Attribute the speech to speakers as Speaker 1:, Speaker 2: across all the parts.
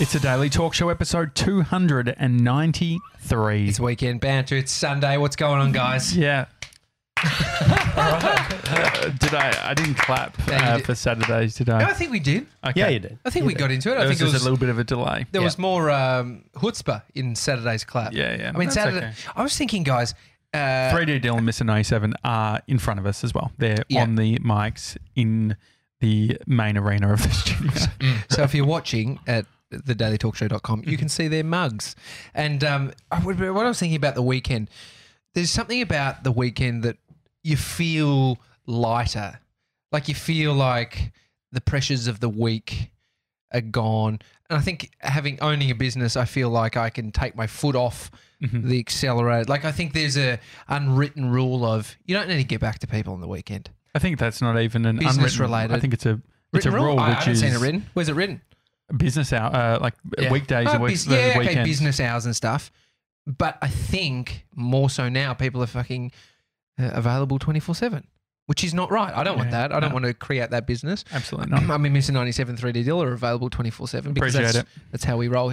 Speaker 1: It's a daily talk show episode 293.
Speaker 2: It's weekend banter. It's Sunday. What's going on, guys?
Speaker 1: yeah. Uh, did I? I didn't clap
Speaker 2: Yeah, you
Speaker 1: uh,
Speaker 2: did.
Speaker 1: for Saturdays, did
Speaker 2: No,
Speaker 1: I?
Speaker 2: I think we did.
Speaker 1: Okay.
Speaker 3: Yeah, you did.
Speaker 2: I think we got into it.
Speaker 1: There
Speaker 2: I
Speaker 1: was
Speaker 2: think it
Speaker 1: just
Speaker 2: was
Speaker 1: a little bit of a delay.
Speaker 2: there was more um, chutzpah in Saturday's clap.
Speaker 1: Yeah, yeah.
Speaker 2: I mean,
Speaker 1: That's
Speaker 2: Saturday.
Speaker 1: okay.
Speaker 2: I was thinking, guys. Uh,
Speaker 1: 3D Dylan, Mr. 97 are in front of us as well. They're
Speaker 2: Yeah.
Speaker 1: on the mics in the main arena of the studio.
Speaker 2: so if you're watching at thedailytalkshow.com, you
Speaker 1: Mm-hmm.
Speaker 2: can see their mugs. And um, I would- what I was thinking about the weekend, there's something about the weekend that you feel lighter. Like you feel like the pressures of the week are gone. And I think having owning a business, I feel like I can take my foot off
Speaker 1: Mm-hmm.
Speaker 2: the accelerator. Like I think there's a unwritten rule of you don't need to get back to people on the weekend.
Speaker 1: I think that's not even an
Speaker 2: Business
Speaker 1: unwritten- I
Speaker 2: related.
Speaker 1: think it's a it's a
Speaker 2: Written
Speaker 1: rule,
Speaker 2: I, I
Speaker 1: which
Speaker 2: haven't
Speaker 1: is
Speaker 2: seen it written. Where's it written?
Speaker 1: business hour, uh, like
Speaker 2: Yeah.
Speaker 1: weekdays
Speaker 2: Oh,
Speaker 1: and weeks,
Speaker 2: bus- yeah, okay,
Speaker 1: weekends.
Speaker 2: business hours and stuff. But I think more so now, people are fucking uh, available twenty four seven, which is not right. I don't want
Speaker 1: Yeah,
Speaker 2: that. I don't
Speaker 1: no.
Speaker 2: want to create that business.
Speaker 1: Absolutely not.
Speaker 2: I mean, Mr. 97 3D Dealer are available 24 7 because
Speaker 1: Appreciate Mm-hmm.
Speaker 2: that's, that's how we roll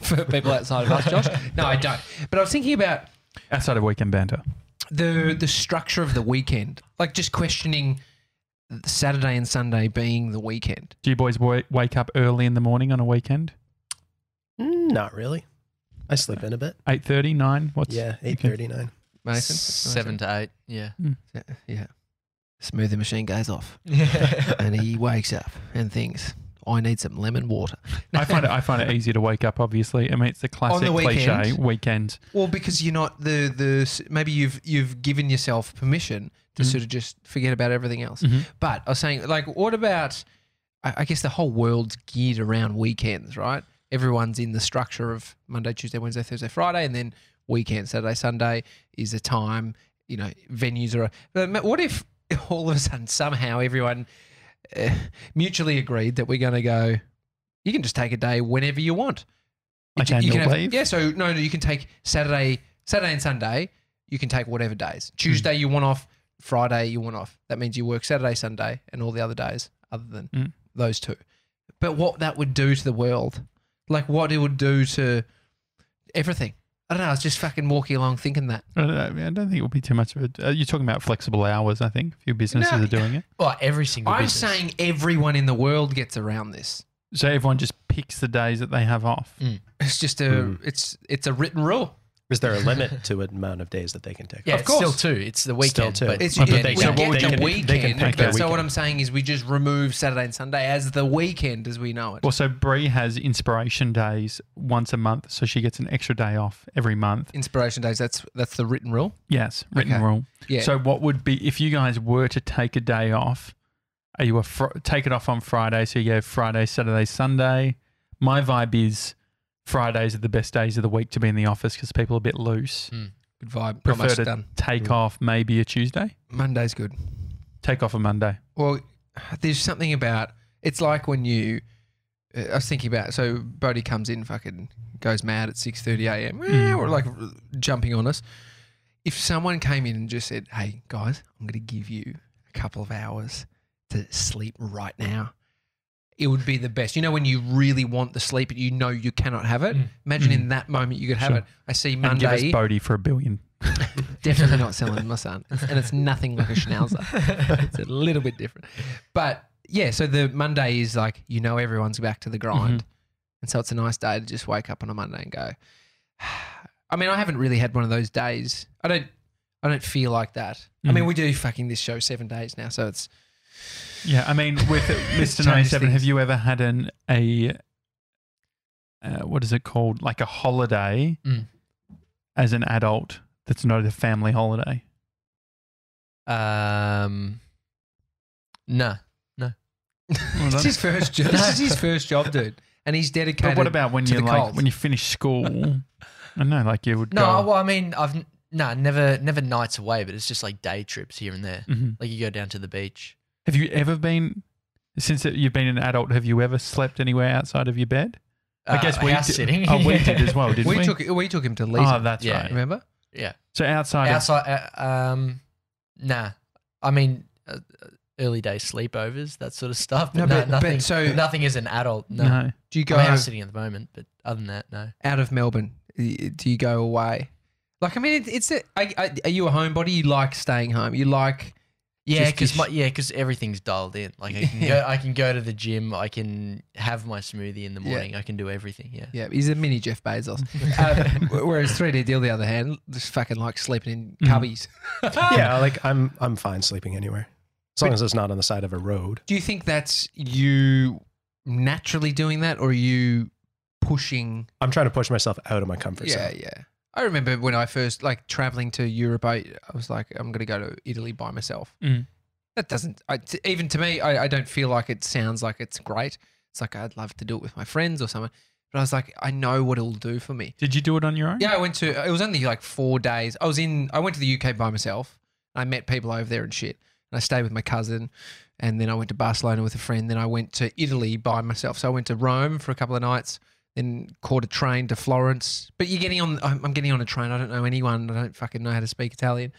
Speaker 2: for people outside of us, Josh. No, I don't. But I was thinking about
Speaker 1: Outside of weekend banter.
Speaker 2: the the structure of the weekend, like just questioning Saturday and Sunday being the weekend.
Speaker 1: Do you boys wa- wake up early in the morning on a weekend?
Speaker 3: Mm, Not really. I sleep in a bit.
Speaker 1: 8.30, 9? What's
Speaker 3: Yeah, eight thirty-nine.
Speaker 2: Mason?
Speaker 4: Seven to eight. Yeah.
Speaker 2: Yeah. Smooth the machine goes off. and he wakes up and thinks, I need some lemon water.
Speaker 1: I find it. I find it easier to wake up. Obviously, I mean it's the classic cliche
Speaker 2: weekend.
Speaker 1: weekend.
Speaker 2: Well, because you're not the the maybe you've you've given yourself permission to
Speaker 1: Mhm.
Speaker 2: sort of just forget about everything else.
Speaker 1: Mhm.
Speaker 2: But I was saying, like, what about? I, I guess the whole world's geared around weekends, right? Everyone's in the structure of Monday, Tuesday, Wednesday, Thursday, Friday, and then weekend, Saturday, Sunday is a time. You know, venues are. a- But ma- what if all of a sudden somehow everyone uh, mutually agreed that we're going to go? You can just take a day whenever you want.
Speaker 1: Like
Speaker 2: You- you
Speaker 1: annual
Speaker 2: can have-
Speaker 1: leave?
Speaker 2: yeah. So no, no, you can take Saturday, Saturday and Sunday. You can take whatever days.
Speaker 4: Hmm.
Speaker 2: Tuesday you want off. Friday you want off. That means you work Saturday, Sunday, and all the other days other than
Speaker 4: Hmm.
Speaker 1: Mm.
Speaker 2: those two. But what that would do to the world, like what it would do to everything. I don't know. I was just fucking walking along thinking that.
Speaker 1: I don't, know, I mean, I don't think it'll be too much of it. Uh, you're talking about flexible hours. I think a few businesses
Speaker 2: No.
Speaker 1: are doing it.
Speaker 4: Well, every single.
Speaker 2: I'm
Speaker 4: business.
Speaker 2: saying everyone in the world gets around this.
Speaker 1: So everyone just picks the days that they have off.
Speaker 2: It's just a
Speaker 4: Hmm.
Speaker 2: it's it's a written rule.
Speaker 3: Is there a limit to an amount of days that they can take?
Speaker 4: Yeah,
Speaker 2: Of
Speaker 4: it's still
Speaker 2: course.
Speaker 4: two. It's the weekend.
Speaker 3: two.
Speaker 4: But
Speaker 2: It's
Speaker 3: But
Speaker 2: yeah,
Speaker 3: they
Speaker 2: we
Speaker 3: can-
Speaker 2: get
Speaker 3: they
Speaker 2: the
Speaker 3: can- they
Speaker 2: weekend.
Speaker 3: can
Speaker 2: but
Speaker 3: pick their
Speaker 2: So what
Speaker 3: weekend.
Speaker 2: I'm saying is we just remove Saturday and Sunday as the weekend as we know it.
Speaker 1: Also, Brie has inspiration days once a month, so she gets an extra day off every month.
Speaker 2: Inspiration days. That's that's the written rule.
Speaker 1: Yes, written
Speaker 2: Okay.
Speaker 1: rule.
Speaker 2: Yeah.
Speaker 1: So, what would be if you guys were to take a day off? Are you a fr- take it off on Friday? So you go Friday, Saturday, Sunday. My vibe is Fridays are the best days of the week to be in the office because people are a bit loose.
Speaker 2: good vibe. Not
Speaker 1: Prefer
Speaker 2: much
Speaker 1: to
Speaker 2: Mm, done. Mm.
Speaker 1: take off maybe a Tuesday,
Speaker 2: Monday's good.
Speaker 1: take off a Monday.
Speaker 2: Well, there's something about it's like when you. uh, I was thinking about so Bodie comes in, fucking goes mad at six thirty a.m.
Speaker 1: Mm.
Speaker 2: Or like r- jumping on us. If someone came in and just said, "Hey guys, I'm going to give you a couple of hours to sleep right now," it would be the best. You know when you really want the sleep and you know you cannot have it. Imagine in that moment you could have
Speaker 1: Mm. Sure.
Speaker 2: it. I see
Speaker 1: And give us
Speaker 2: Monday
Speaker 1: Bodie for a billion.
Speaker 2: definitely not selling my son, and it's nothing like a schnauzer. it's a little bit different, but yeah. So the Monday is like you know everyone's back to the grind,
Speaker 1: Mm-hmm.
Speaker 2: and so it's a nice day to just wake up on a Monday and go. I mean, I haven't really had one of those days. I don't. I don't feel like that. I mean,
Speaker 1: Mhm.
Speaker 2: we do fucking this show seven days now, so it's
Speaker 1: Yeah, I mean, with Mr.
Speaker 2: Change
Speaker 1: 97, have
Speaker 2: things.
Speaker 1: you ever had an a uh, what is it called? Like a holiday
Speaker 4: Mm.
Speaker 1: as an adult that's not a family holiday.
Speaker 4: Um. No.
Speaker 1: Well,
Speaker 2: it's
Speaker 1: that's-
Speaker 2: his first job. this is his first job, dude, and he's dedicated.
Speaker 1: but what about when
Speaker 2: to
Speaker 1: you
Speaker 2: the
Speaker 1: like
Speaker 2: cold.
Speaker 1: when you finish school? I know, like you would
Speaker 4: No.
Speaker 1: go.
Speaker 4: Well, I mean, I've n- no never never nights away, but it's just like day trips here and
Speaker 2: Mm.
Speaker 4: there.
Speaker 1: Mhm.
Speaker 4: Like you go down to the beach.
Speaker 1: Have you ever been since that you've been an adult? Have you ever slept anywhere outside of your bed? I
Speaker 4: Uh,
Speaker 1: guess we
Speaker 4: house
Speaker 1: did,
Speaker 4: sitting.
Speaker 1: Oh, we did as well, didn't we?
Speaker 2: we took we took him to
Speaker 1: oh,
Speaker 2: Lisa.
Speaker 1: that's
Speaker 4: Yeah.
Speaker 1: right.
Speaker 2: remember?
Speaker 4: Yeah.
Speaker 1: So outside, of,
Speaker 4: Outside. Uh, um. Nah. I mean, uh, early day sleepovers, that sort of stuff. But
Speaker 2: No,
Speaker 4: no,
Speaker 2: but- but
Speaker 4: nothing.
Speaker 2: so-
Speaker 4: nothing as an adult. No.
Speaker 1: No.
Speaker 2: Do you go
Speaker 4: I mean, I'm sitting at the moment, but other than that, no.
Speaker 2: out of Melbourne? Y- Do you go away? Like, I mean, it, it's a, I, I, are you a homebody? You like staying home? You like
Speaker 4: Yeah,
Speaker 2: Just
Speaker 4: because
Speaker 2: fish.
Speaker 4: my yeah, because everything's dialed in. Like I can go, I can go to the gym. I can have my smoothie in the
Speaker 2: Yeah.
Speaker 4: morning. I can do everything. Yeah.
Speaker 2: Yeah, he's a mini Jeff Bezos. um, wh- whereas 3D Deal, the other hand, just fucking like sleeping in
Speaker 1: Mhm.
Speaker 2: cubbies.
Speaker 3: yeah, like I'm I'm fine sleeping anywhere. As long as it's not on the side of a road.
Speaker 2: Do you think that's you naturally doing that or are you pushing?
Speaker 3: I'm trying to push myself out of my comfort
Speaker 2: yeah,
Speaker 3: zone.
Speaker 2: yeah. I remember when I first like traveling to Europe, I, I was like, I'm going to go to Italy by myself.
Speaker 1: Mm.
Speaker 2: That doesn't, I t even to me, I, I don't feel like it sounds like it's great. It's like, I'd love to do it with my friends or someone. But I was like, I know what it'll do for me.
Speaker 1: Did you do it on your own?
Speaker 2: Yeah, I went to. It was only like four days. I was in. I went to the UK by myself. I met people over there and shit. And I stayed with my cousin, and then I went to Barcelona with a friend. Then I went to Italy by myself. So I went to Rome for a couple of nights. Then caught a train to Florence. But you're getting on. I'm I'm getting on a train. I don't know anyone. I don't fucking know how to speak Italian.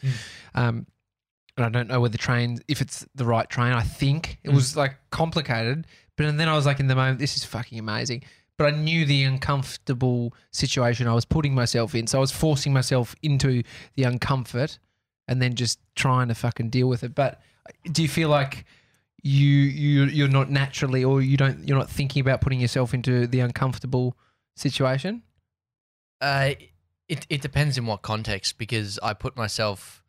Speaker 2: Um, and I don't know whether the train, if it's the right train. I think it was like complicated. But then I was like, in the moment, this is fucking amazing but I knew the uncomfortable situation I was putting myself in. So I was forcing myself into the uncomfort and then just trying to fucking deal with it. But uh, do you feel like you you you're not naturally or you don't you're not thinking about putting yourself into the uncomfortable situation?
Speaker 4: Uh, it it depends in what context because I put myself.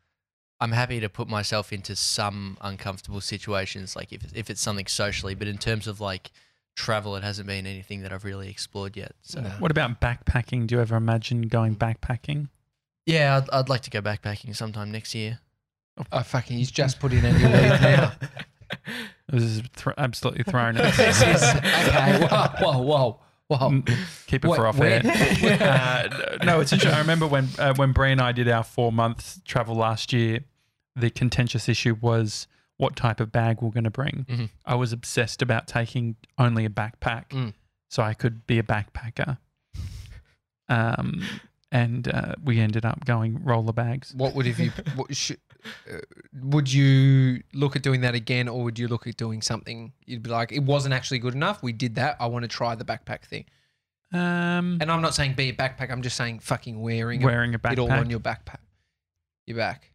Speaker 4: I'm happy to put myself into some uncomfortable situations, like if if it's something socially. But in terms of like travel, it hasn't been anything that I've really explored yet. So
Speaker 2: No.
Speaker 1: What about backpacking? Do you ever imagine going backpacking?
Speaker 4: yeah, I'd, I'd like to go backpacking sometime next year.
Speaker 2: Oh fucking he's just put in a new lead now.
Speaker 1: This is thr absolutely thrown at
Speaker 2: This is- okay. Whoa, whoa, whoa, whoa.
Speaker 1: Keep it
Speaker 2: Wait,
Speaker 1: for off
Speaker 2: where-
Speaker 1: air. uh, no, it's interesting. I remember when uh, when Bree and I did our four month travel last year, the contentious issue was what type of bag we're going to bring.
Speaker 2: Mm-hmm.
Speaker 4: Mhm.
Speaker 1: I was obsessed about taking only a backpack,
Speaker 2: Mm.
Speaker 1: so I could be a backpacker. Um, and uh, we ended up going roller bags.
Speaker 2: What would have you? What should, uh, would you look at doing that again, or would you look at doing something? You'd be like, it wasn't actually good enough. We did that. I want to try the backpack thing.
Speaker 1: Um,
Speaker 2: And I'm not saying be a backpack. I'm just saying fucking wearing, a-
Speaker 1: wearing a
Speaker 2: it all on
Speaker 1: backpack.
Speaker 2: your backpack, your back.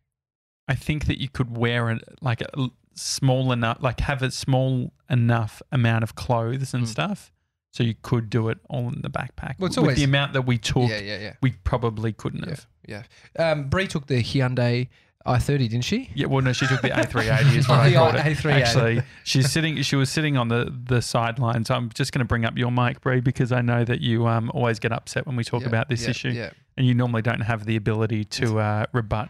Speaker 1: I think that you could wear it like a l- small enough, like have a small enough amount of clothes and
Speaker 2: Mm.
Speaker 1: stuff, so you could do it all in the backpack.
Speaker 2: Well,
Speaker 1: With
Speaker 2: it's always-
Speaker 1: the amount that we took,
Speaker 2: Yeah, yeah,
Speaker 1: we probably couldn't
Speaker 2: yeah,
Speaker 1: have.
Speaker 2: yeah, yeah. Um, Brie took the Hyundai i30, didn't she?
Speaker 1: Yeah, well, no, she took the A380 is what
Speaker 2: Oh,
Speaker 1: I
Speaker 2: the
Speaker 1: called it.
Speaker 2: A380.
Speaker 1: Actually, she's sitting. She was sitting on the the sidelines. I'm just going to bring up your mic, Bree, because I know that you um, always get upset when we talk
Speaker 2: Yeah,
Speaker 1: about this
Speaker 2: yeah,
Speaker 1: issue,
Speaker 2: Yeah,
Speaker 1: and you normally don't have the ability to uh, rebut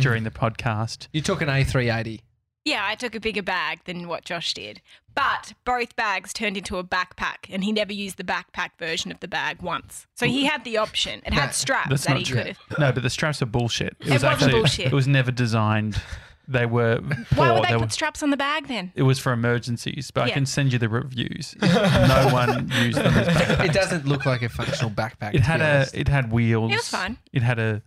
Speaker 1: during the podcast.
Speaker 2: you took an A380.
Speaker 5: Yeah, I took a bigger bag than what Josh did. But both bags turned into a backpack, and he never used the backpack version of the bag once. So he had the option. It had straps
Speaker 1: That's
Speaker 5: Uh, that
Speaker 1: not
Speaker 5: he
Speaker 1: true.
Speaker 5: could have.
Speaker 1: No, but the straps are bullshit. It,
Speaker 5: It
Speaker 1: was
Speaker 5: was
Speaker 1: actually
Speaker 5: bullshit.
Speaker 1: it was never designed. They were poor.
Speaker 5: Why would they
Speaker 1: They were-
Speaker 5: put straps on the bag then?
Speaker 1: it was for emergencies, but I
Speaker 5: Yeah.
Speaker 1: can send you the reviews. no one used them as backpacks.
Speaker 2: It doesn't look like a functional backpack.
Speaker 1: It
Speaker 2: to
Speaker 1: had
Speaker 2: be
Speaker 1: a
Speaker 2: honest.
Speaker 1: it had wheels.
Speaker 5: It was fine.
Speaker 1: It had a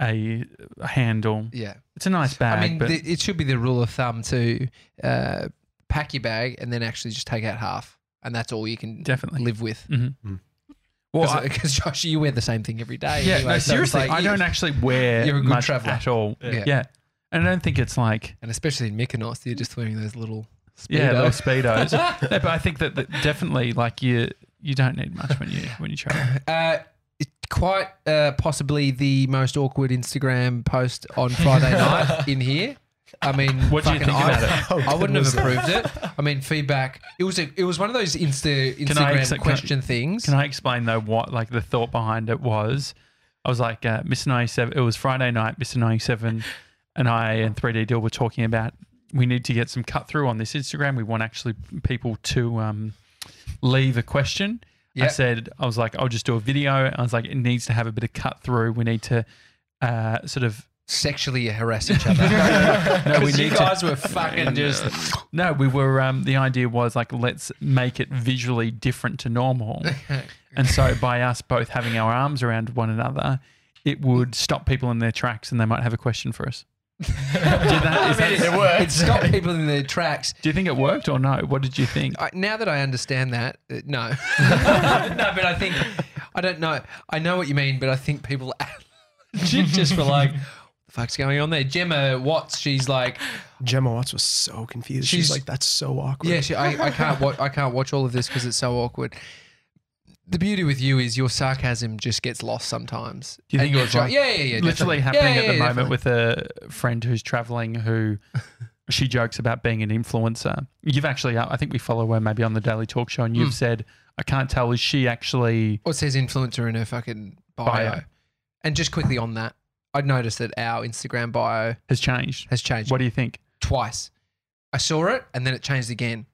Speaker 1: a, a handle.
Speaker 2: yeah.
Speaker 1: It's a nice bag,
Speaker 2: I mean,
Speaker 1: but
Speaker 2: the, it should be the rule of thumb to uh, pack your bag and then actually just take out half, and that's all you can
Speaker 1: definitely.
Speaker 2: live with.
Speaker 1: Mhm.
Speaker 3: Mm.
Speaker 1: Well, I-
Speaker 2: because Josh, you wear the same thing every day.
Speaker 1: yeah,
Speaker 2: anyway,
Speaker 1: no,
Speaker 2: so it's
Speaker 1: seriously,
Speaker 2: like-
Speaker 1: I don't actually wear
Speaker 2: You're a good
Speaker 1: much
Speaker 2: traveller.
Speaker 1: at all.
Speaker 2: Yeah.
Speaker 1: yeah, and I don't think it's like
Speaker 2: And especially in Mykonos, you're just wearing those little.
Speaker 1: Yeah,
Speaker 2: Speedo.
Speaker 1: little speedos. No, but I think that, that definitely, like you, you don't need much when you when you travel.
Speaker 2: Uh, it- quite uh, possibly the most awkward Instagram post on Friday night in here. I mean,
Speaker 1: What do you
Speaker 2: fucking
Speaker 1: think
Speaker 2: I,
Speaker 1: about it?
Speaker 3: How
Speaker 2: I
Speaker 3: good
Speaker 2: wouldn't
Speaker 3: was
Speaker 2: have
Speaker 3: that?
Speaker 2: approved it. I mean, feedback. It was a, it was one of those Insta
Speaker 1: I
Speaker 2: Instagram
Speaker 1: accept- can-
Speaker 2: question things.
Speaker 1: Can I explain though what like the thought behind it was? I was like, uh, Mr. 97, it was Friday night, Mr. 97 and I and 3D Deal were talking about we need to get some cut through on this Instagram. We want actually people to um, leave a question. I
Speaker 2: Yep.
Speaker 1: said, I was like, I'll just do a video. I was like, it needs to have a bit of cut through. We need to uh, sort of
Speaker 2: Sexually harass each other.
Speaker 1: No, we
Speaker 2: 'Cause you
Speaker 1: need to-
Speaker 2: guys were fucking just.
Speaker 1: No, we were. Um, the idea was like, let's make it visually different to normal. and so, by us both having our arms around one another, it would stop people in their tracks and they might have a question for us. Did that, is that,
Speaker 4: it worked.
Speaker 2: It stopped people in their tracks.
Speaker 1: do you think it worked or no? What did you think?
Speaker 2: I, now that I understand that, uh, no, no, but I think I don't know. I know what you mean, but I think people just were like, "What the fuck's going on there?" Gemma Watts, she's like,
Speaker 3: Gemma Watts was so confused. She's,
Speaker 2: She's-
Speaker 3: like, that's so awkward.
Speaker 2: "Yeah, she, I, I can't, wa- I can't watch all of this because it's so awkward." The beauty with you is your sarcasm just gets lost sometimes.
Speaker 1: Do you think
Speaker 2: And
Speaker 1: it was
Speaker 2: you're
Speaker 1: like-
Speaker 2: try- yeah, yeah, yeah,
Speaker 1: literally
Speaker 2: definitely.
Speaker 1: happening
Speaker 2: Yeah,
Speaker 1: at
Speaker 2: yeah,
Speaker 1: the
Speaker 2: yeah,
Speaker 1: moment with a friend who's traveling who she jokes about being an influencer. You've actually, uh, I think we follow her maybe on the Daily Talk Show, and
Speaker 2: Hmm.
Speaker 1: you've said, I can't tell, is she actually.
Speaker 2: Or it says influencer in her fucking bio.
Speaker 1: Bio.
Speaker 2: And just quickly on that, I'd noticed that our Instagram bio
Speaker 1: has changed?
Speaker 2: has changed
Speaker 1: What do you think?
Speaker 2: twice. I saw it and then it changed again.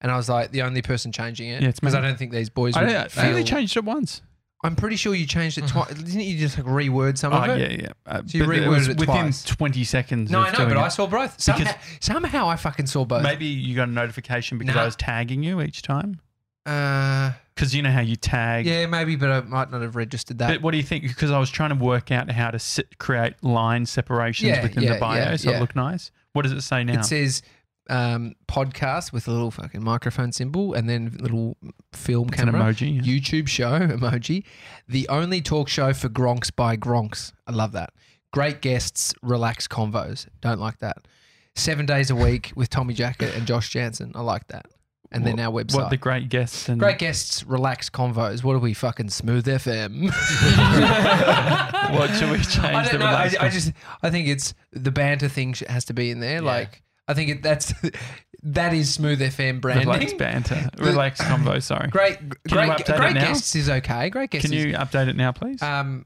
Speaker 2: And I was like, the only person changing it.
Speaker 1: Yeah, it's
Speaker 2: because I
Speaker 1: me.
Speaker 2: don't think these boys
Speaker 1: I,
Speaker 2: would
Speaker 1: don't- I think they
Speaker 2: fail.
Speaker 1: changed it once.
Speaker 2: I'm pretty sure you changed it twice. Didn't you just like reword some
Speaker 1: Oh,
Speaker 2: of it?
Speaker 1: yeah, yeah. Uh,
Speaker 2: So you
Speaker 1: but it
Speaker 2: reworded
Speaker 1: was
Speaker 2: it
Speaker 1: within
Speaker 2: twice.
Speaker 1: 20 seconds.
Speaker 2: No,
Speaker 1: of
Speaker 2: I know,
Speaker 1: doing
Speaker 2: but
Speaker 1: it.
Speaker 2: I saw both. Somehow, somehow I fucking saw both.
Speaker 1: Maybe you got a notification because I
Speaker 2: Nah.
Speaker 1: was tagging you each time.
Speaker 2: Uh,
Speaker 1: Because you know how you tag.
Speaker 2: yeah, maybe, but I might not have registered that.
Speaker 1: But what do you think? Because I was trying to work out how to sit, create line separations
Speaker 2: Yeah,
Speaker 1: within
Speaker 2: yeah,
Speaker 1: the bio
Speaker 2: yeah,
Speaker 1: so
Speaker 2: yeah.
Speaker 1: it looked nice. What does it say now?
Speaker 2: It says um, podcast with a little fucking microphone symbol and then little film
Speaker 1: It's an
Speaker 2: camera.
Speaker 1: emoji, yeah.
Speaker 2: YouTube show emoji. The only talk show for Gronks by Gronks. I love that. Great guests, relaxed convos. Don't like that. Seven days a week with Tommy Jacket and Josh Jansen. I like that. And then our website.
Speaker 1: What the great guests and
Speaker 2: Great guests, relaxed convos. What are we fucking smooth FM?
Speaker 1: What should we change?
Speaker 2: I
Speaker 1: the
Speaker 2: don't know. I,
Speaker 1: relaxed
Speaker 2: I just I think it's the banter thing sh- has to be in there. Like I think it, that's that is smooth FM branding.
Speaker 1: relaxed banter,
Speaker 2: The-
Speaker 1: relaxed convo. Sorry.
Speaker 2: Great,
Speaker 1: Can you
Speaker 2: great,
Speaker 1: update it
Speaker 2: great
Speaker 1: now?
Speaker 2: guests is okay. Great guests.
Speaker 1: Can you update it now, please?
Speaker 2: Is, um,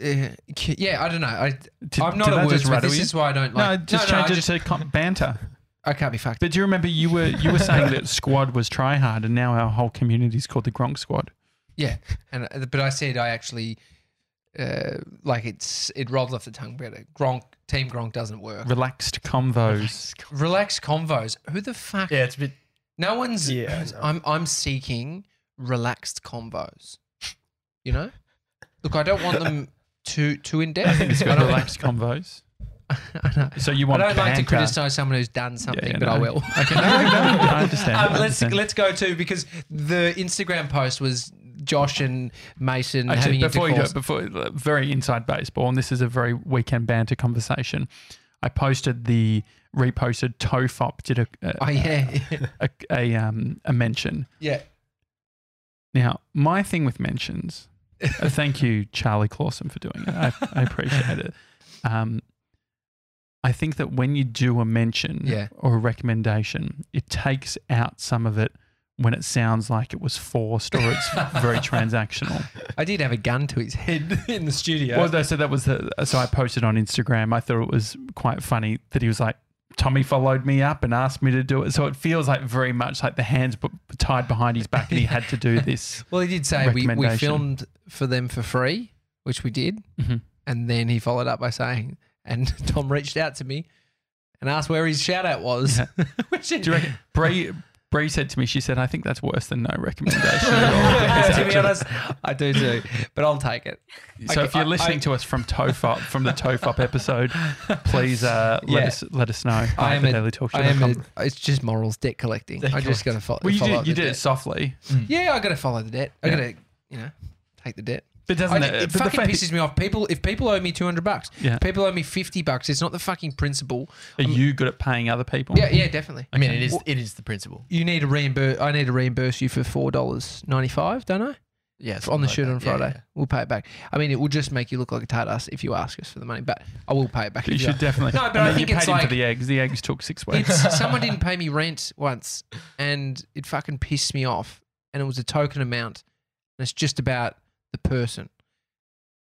Speaker 2: uh, c- yeah, I don't know. I,
Speaker 1: Did-
Speaker 2: I'm
Speaker 1: did
Speaker 2: not
Speaker 1: that
Speaker 2: a
Speaker 1: just
Speaker 2: wordsmith.
Speaker 1: rattle
Speaker 2: This
Speaker 1: you?
Speaker 2: is why I don't
Speaker 1: no,
Speaker 2: like.
Speaker 1: just change it to com- banter.
Speaker 2: I can't be fucked.
Speaker 1: But do you remember you were you were saying that Squad was try hard, and now our whole community is called the Gronk Squad.
Speaker 2: Yeah, and uh, but I said I actually uh, like it's it rolls off the tongue better. Gronk team Gronk doesn't work.
Speaker 1: Relaxed convos.
Speaker 2: Relaxed convos. Who the fuck?
Speaker 4: Yeah, it's a bit.
Speaker 2: No one's.
Speaker 3: Yeah, I know.
Speaker 2: I'm I'm seeking relaxed convos. You know, look, I don't want them too too in depth. I
Speaker 1: It's got
Speaker 2: don't-
Speaker 1: relaxed convos.
Speaker 2: I know.
Speaker 1: So you
Speaker 2: I
Speaker 1: want
Speaker 2: don't like to
Speaker 1: banter.
Speaker 2: criticize someone who's done something,
Speaker 1: yeah,
Speaker 2: but I
Speaker 1: no.
Speaker 2: will.
Speaker 1: Okay, no, no, I understand.
Speaker 2: Um,
Speaker 1: I
Speaker 2: let's
Speaker 1: understand.
Speaker 2: let's go to because the Instagram post was Josh and Mason
Speaker 1: Actually,
Speaker 2: having
Speaker 1: before you go,
Speaker 2: intercourse.
Speaker 1: before very inside baseball, and this is a very weekend banter conversation. I posted the reposted Tofop did a
Speaker 2: oh
Speaker 1: a,
Speaker 2: yeah,
Speaker 1: a, a, um, a mention.
Speaker 2: yeah.
Speaker 1: Now, my thing with mentions, uh, thank you, Charlie Clausen, for doing it. I, I appreciate it. Um, I think that when you do a mention
Speaker 2: Yeah.
Speaker 1: or a recommendation, it takes out some of it when it sounds like it was forced or it's very transactional.
Speaker 2: I did have a gun to his head in the studio.
Speaker 1: Well, no, so that was the so I posted on Instagram. I thought it was quite funny that he was like, Tommy followed me up and asked me to do it. So it feels like very much like the hands bu- tied behind his back and he had to do this.
Speaker 2: Well, he did say we, we
Speaker 1: Recommendation.
Speaker 2: filmed for them for free, which we did.
Speaker 1: Mhm.
Speaker 2: And then he followed up by saying, and Tom reached out to me and asked where his shout out was. which
Speaker 1: Do you reckon? Bree, Bree said to me, she said, I think that's worse than no recommendation. at all."
Speaker 2: to be honest, I do too, but I'll take it.
Speaker 1: so
Speaker 2: I-
Speaker 1: if you're
Speaker 2: I-
Speaker 1: listening
Speaker 2: I-
Speaker 1: to us from Tofop, from the Tofop episode, please uh, let,
Speaker 2: Yeah.
Speaker 1: us, let us know.
Speaker 2: I am
Speaker 1: at
Speaker 2: a- I am.
Speaker 1: dailytalkshow.com.
Speaker 2: A, it's just morals, debt collecting. I just got to follow.
Speaker 1: Well, you
Speaker 2: follow
Speaker 1: did, you
Speaker 2: the
Speaker 1: did it
Speaker 2: debt.
Speaker 1: softly.
Speaker 2: Yeah, I got to follow the debt. I
Speaker 1: Yeah.
Speaker 2: got to, you know, take the debt.
Speaker 1: But doesn't
Speaker 2: I,
Speaker 1: it?
Speaker 2: it
Speaker 1: but the
Speaker 2: fucking
Speaker 1: fact-
Speaker 2: pisses me off. People, if people owe me two hundred bucks,
Speaker 1: Yeah.
Speaker 2: if people owe me fifty bucks. It's not the fucking principle.
Speaker 1: Are you good at paying other people?
Speaker 2: Yeah, yeah, definitely.
Speaker 4: I mean, it is. It is the principle.
Speaker 2: you need to reimburse. I need to reimburse you for four dollars ninety five, don't I?
Speaker 4: Yeah,
Speaker 2: On
Speaker 4: something
Speaker 2: the
Speaker 4: like
Speaker 2: shoot
Speaker 4: that.
Speaker 2: on
Speaker 4: Yeah,
Speaker 2: Friday, we'll pay it back. I mean, it will just make you look like a tight ass if you ask us for the money, but I will pay it back.
Speaker 1: You
Speaker 2: if
Speaker 1: should
Speaker 2: ask.
Speaker 1: definitely.
Speaker 2: No, but
Speaker 1: And
Speaker 2: I
Speaker 1: then
Speaker 2: think
Speaker 1: you paid
Speaker 2: it's
Speaker 1: him for
Speaker 2: like-
Speaker 1: the eggs. The eggs took six weeks.
Speaker 2: It's, someone didn't pay me rent once, and it fucking pissed me off. And it was a token amount, and it's just about the person.